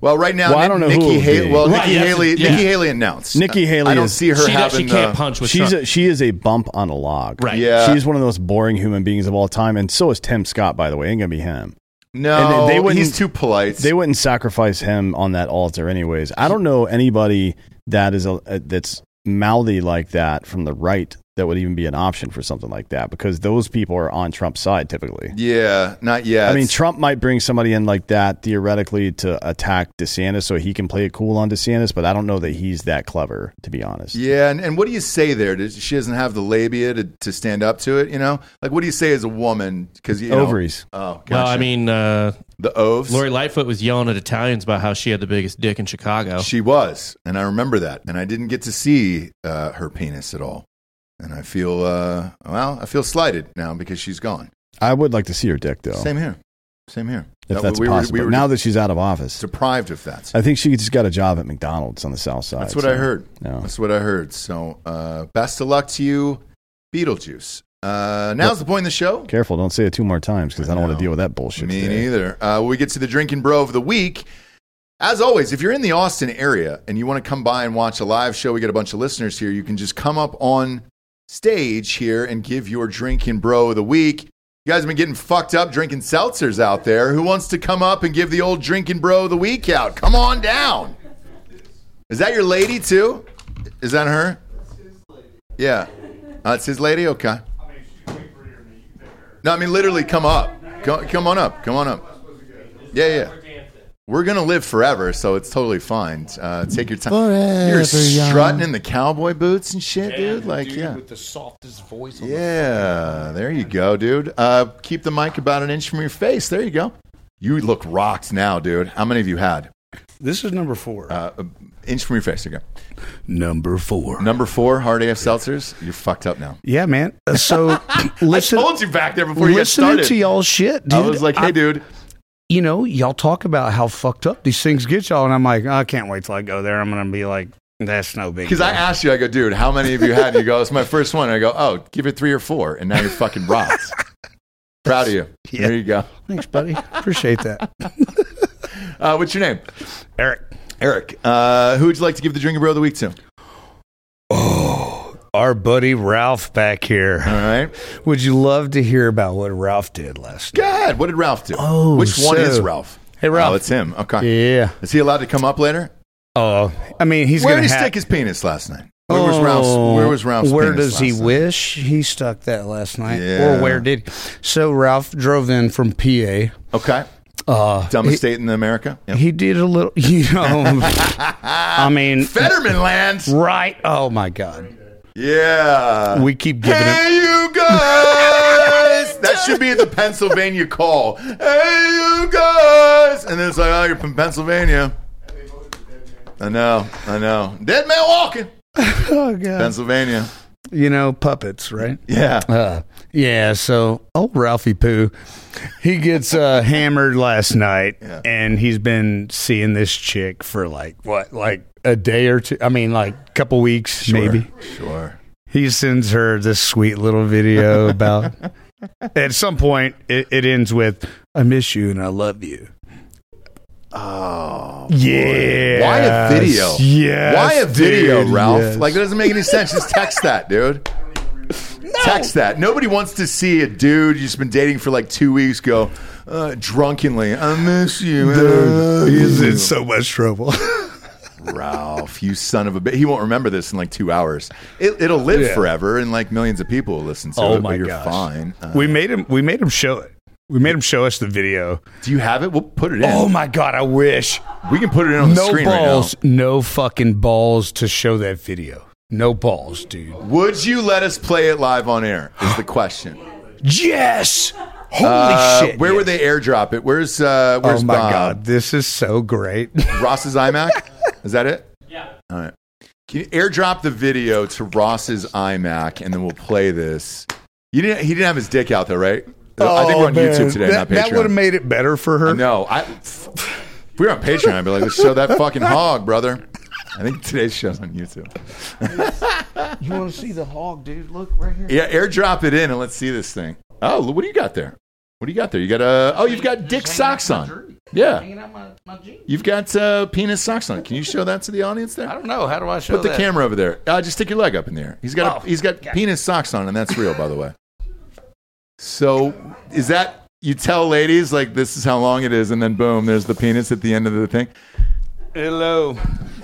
Well, right now, Well, I don't know Nikki who it would Haley. be. Well, Right, Nikki yes, Haley. yeah. Nikki Haley announced. Nikki Haley I don't is- see her she, having. uh, she can't the- punch with She's Trump. a, she is a bump on a log. right. Yeah. She's one of those boring human beings of all time, and so is Tim Scott. By the way, ain't gonna be him. no, and they- they wouldn't- he's too polite. They wouldn't sacrifice him on that altar, anyways. I don't know anybody that is a, uh, that's mouthy like that from the right that would even be an option for something like that because those people are on Trump's side typically. yeah, not yet. I mean, Trump might bring somebody in like that theoretically to attack DeSantis so he can play it cool on DeSantis, but I don't know that he's that clever, to be honest. Yeah, and, and what do you say there? Does, she doesn't have the labia to, to stand up to it, you know? Like, what do you say as a woman? Because you know- Ovaries. oh, gotcha. Well, I mean, uh, the oves. Lori Lightfoot was yelling at Italians about how she had the biggest dick in Chicago. She was, and I remember that, and I didn't get to see uh, her penis at all, and I feel uh, well, I feel slighted now because she's gone. I would like to see her dick, though, Same here, same here. if That- that's we were- possible. we were now that she's out of office, deprived of that. I think she just got a job at McDonald's on the South Side. That's what so, I heard. yeah. That's what I heard. So, uh, best of luck to you, Beetlejuice. Uh, now's the point in the show. Careful, don't say it two more times because I, don't want No. to deal with that bullshit. Me today. neither. Uh, when we get to the drinking bro of the week, as always, if you're in the Austin area and you want to come by and watch a live show, we got a bunch of listeners here. You can just come up on stage here and give your drinking bro of the week. You guys have been getting fucked up drinking seltzers out there. Who wants to come up and give the old drinking bro of the week out? Come on down. Is that your lady too? Is that her? Yeah. Uh, it's his lady? Okay. No, I mean literally come up. Come, come on up. Come on up. Yeah, yeah. We're gonna live forever, so it's totally fine. Uh, take your time. Forever You're young. strutting in the cowboy boots and shit, dude. Like, yeah, the softest voice. yeah. There you go, dude. Uh, keep the mic about an inch from your face. There you go. You look rocked now, dude. How many of you had? This is number four. Uh, inch from your face. There you go. number four. Number four, hard AF seltzers. You're fucked up now. yeah, man. Uh, So *laughs* listen. I told you back there before you got listening started. to y'all shit, dude. I was like, hey, dude. you know, y'all talk about how fucked up these things get y'all, and I'm like, "Oh, I can't wait till I go there. I'm gonna be like, that's no big. Because I deal. asked you, I go, dude, how many of you had? And you go, it's my first one. And I go, oh, give it three or four. And now you're fucking rocked. Proud of you. Yeah. There you go. thanks, buddy. Appreciate that, *laughs* Uh, what's your name? Eric. Eric. Uh, who would you like to give the Drinking Bro of the Week to? All Oh, Our buddy Ralph back here. right. Would you love to hear about what Ralph did last night? God, what did Ralph do? Oh, Which one so- is Ralph? Hey, Ralph. Oh, it's him. Okay. Yeah. Is he allowed to come up later? Oh, I mean, he's where gonna did he ha- stick his penis last night? Where was Oh, Ralph's? Where was Ralph's? Where penis does he last night? wish he stuck that last night? Yeah. Or where did? So Ralph drove in from PA. Okay. Uh, Dumbest he, state in America. Yep. he did a little, *laughs* you know. I *laughs* mean, Fetterman *laughs* lands. right? Oh my God, Yeah. we keep giving him. Hey, you *laughs* guys! that should be the Pennsylvania call. Hey, you guys! And then it's like, oh, you're from Pennsylvania. I know, I know. Dead man walking. Oh God, Pennsylvania. you know, puppets, right? Yeah. Uh, yeah, so old Ralphie Pooh, he gets uh, *laughs* hammered last night, Yeah. and he's been seeing this chick for like what, like a day or two? I mean, like a couple weeks, maybe. Sure. He sends her this sweet little video *laughs* about. at some point, it, it ends with "I miss you and I love you." Oh. Yeah. Why a video? Yes, Why a video, dude, Ralph? yes. Like, that doesn't make any sense. Just text that, dude. Text that. Nobody wants to see a dude you've just been dating for like two weeks go uh, drunkenly. I miss you. I love he's you." in so much trouble. *laughs* Ralph, you son of a bitch. He won't remember this in like two hours. It, it'll live Yeah. forever, and like millions of people will listen to Oh it. my but you're gosh. fine. Uh, we made him. We made him show it. We made him show us the video. do you have it? We'll put it in. Oh my god! I wish we can put it in on the no screen balls, no fucking balls to show that video. No balls, dude. right now. Would you let us play it live on air? Is the question. Yes. *gasps* Holy Uh, shit! where yes. would they airdrop it? Where's uh, Oh Where's my Bob? *laughs* god! This is so great. *laughs* Ross's iMac. Is that it? Yeah. All right. Can you airdrop the video to Ross's iMac and then we'll play this? You didn't, he didn't have his dick out though, right? I think we're on Oh, man. YouTube today, not That, Patreon. that would have made it better for her. No, I. *sighs* If we were on Patreon, I'd be like, let's show that fucking hog, brother. I think today's show's on YouTube. You want to see the hog, dude? Look right here. Yeah, airdrop it in and let's see this thing. Oh, what do you got there? What do you got there? You got uh, oh, you've got dick socks on. Yeah, out my, my jeans. you've got uh, penis socks on. Can you show that to the audience there? I don't know. How do I show Put the that? Oh, camera over there. Uh, just stick your leg up in the air. He's got a, he's got penis socks on, and that's real, by the way. So is that you tell ladies like this is how long it is, and then boom, there's the penis at the end of the thing. Hello.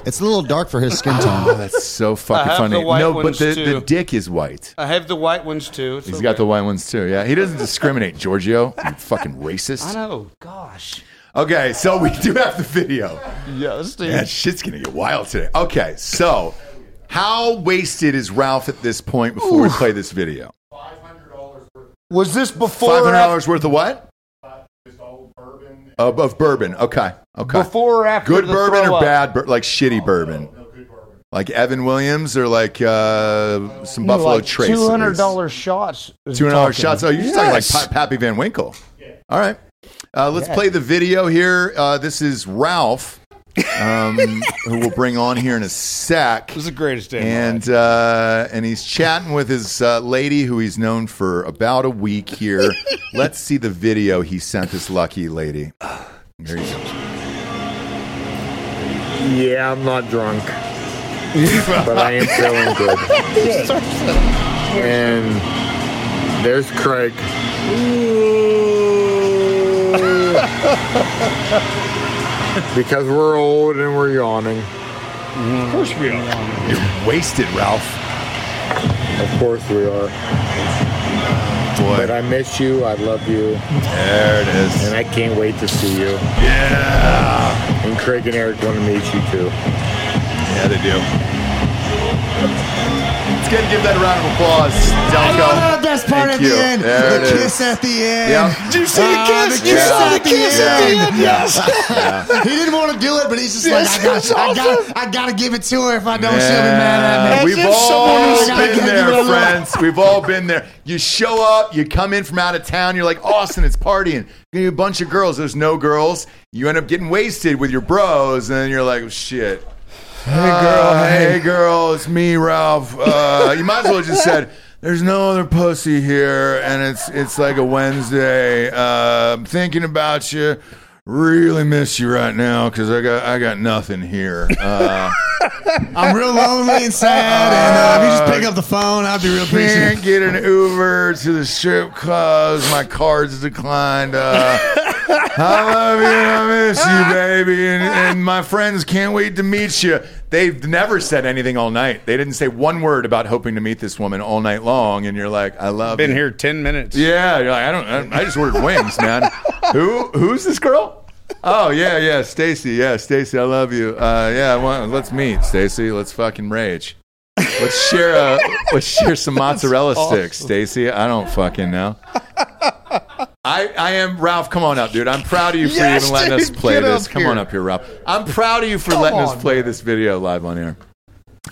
It's a little dark for his skin *laughs* Oh, tone. that's *laughs* so fucking have funny. the white no, ones, but the, the too. dick is white. I have the white ones too. It's He's got the white ones too. Yeah, he doesn't discriminate, Giorgio. *laughs* You fucking I racist. know. Gosh. Okay, so we do have the video. Yes, dude. That shit's gonna get wild today. Okay, so how wasted is Ralph at this point before we play this video? Was this before? Five or hundred af- dollars worth of what? Of, of bourbon. Okay. Okay. Before or after? good the bourbon throw or up? bad, bur- like shitty bourbon. Like Evan Williams or like uh, some You know, Buffalo like Trace. at Two least. hundred dollar shots. is Two hundred dollars talking. shots. Oh, you're just talking like Yes. pa- Pappy Van Winkle. All right. Uh, let's play the video here. Uh, this is Ralph, um, *laughs* who we'll bring on here in a sec. This is the greatest day. of my life. And uh, and he's chatting with his uh, lady, who he's known for about a week *laughs* here. Let's see the video he sent this lucky lady. There you go. Yeah, I'm not drunk, but I am feeling good. And there's Craig. because we're old and we're yawning. You're wasted, Ralph. Of course we are. But Boy, I miss you. I love you. there it is. And I can't wait to see you. Yeah. And Craig and Eric want to meet you too. Yeah, they do. Let's get give that a round of applause, Delco. best part Thank at the you. end. There The it is. kiss at the end. Yeah. Did you see the kiss? the kiss Yeah. at the kiss at the end. *laughs* he didn't want to do it, but he's just like, I got, I got, I got to give it to her. If I don't, she'll be mad at me. We've all someone who's- been Give it a there, little- friends. We've all been there. You show up, you come in from out of town, you're like, Austin, it's partying. You need a bunch of girls. There's no girls. You end up getting wasted with your bros, and then you're like, "Oh, shit. Hey, girl. hey, girl. It's me, Ralph. Uh, you might as well have just said, there's no other pussy here, and it's it's like a Wednesday. Uh, I'm thinking about you. Really miss you right now because I got I got nothing here. Uh, I'm real lonely and sad, and uh, if you just pick up the phone, I'll be real appreciative. can't get an Uber to the strip clubs. My card's declined. Uh, I love you. I miss you, baby. And, and my friends can't wait to meet you. They've never said anything all night. They didn't say one word about hoping to meet this woman all night long. And you're like, I love Been you. here ten minutes. Yeah, you're like, I don't. I, don't- I just ordered wings, *laughs* man. Who? Who's this girl? Oh yeah, yeah, Stacy. Yeah, Stacy, I love you. Uh, yeah, I want, let's meet, Stacy. Let's fucking rage. Let's share a. Let's share *laughs* some mozzarella sticks, Stacy. I don't fucking know. I, I am Ralph. Come on up, dude. I'm proud of you for Yes, even letting us dude, play get this. up Come on here. up here, Ralph. *laughs* I'm proud of you for letting us play this video live on air.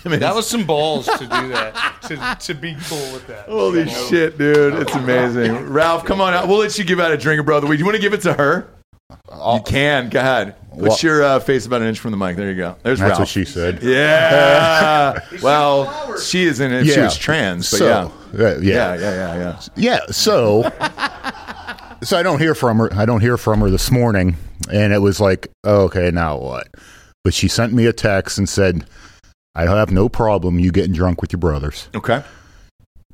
I mean, that was some balls to do that. *laughs* to, to be cool with that. Holy shit, dude. It's amazing. Ralph, come on out. We'll let you give out a drink of Bro of the Week. You want to give it to her? You can. Go ahead. What's your uh, face about an inch from the mic? There you go. There's That's Ralph. what she said. *laughs* yeah. well, she isn't if she Yeah. was trans, but so, yeah. uh, Yeah, yeah. yeah, yeah, yeah. Yeah, *laughs* so so I don't hear from her. I don't hear from her this morning, and it was like, okay, now what? But she sent me a text and said, "I have no problem you getting drunk with your brothers, Okay.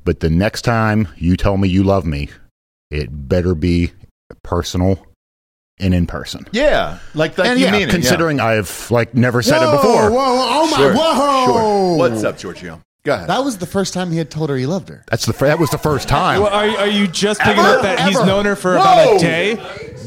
but the next time you tell me you love me, it better be personal and in person." Yeah. Like that and you yeah, mean it, yeah. considering I've like never said whoa, it before, Whoa, whoa, oh my, Sure, whoa. Sure. What's up, Giorgio? Go ahead. That was the first time he had told her he loved her. that's the fir- that was the first time. Well, are, you- are you just picking Ever? up that he's Ever? known her for about Whoa! a day?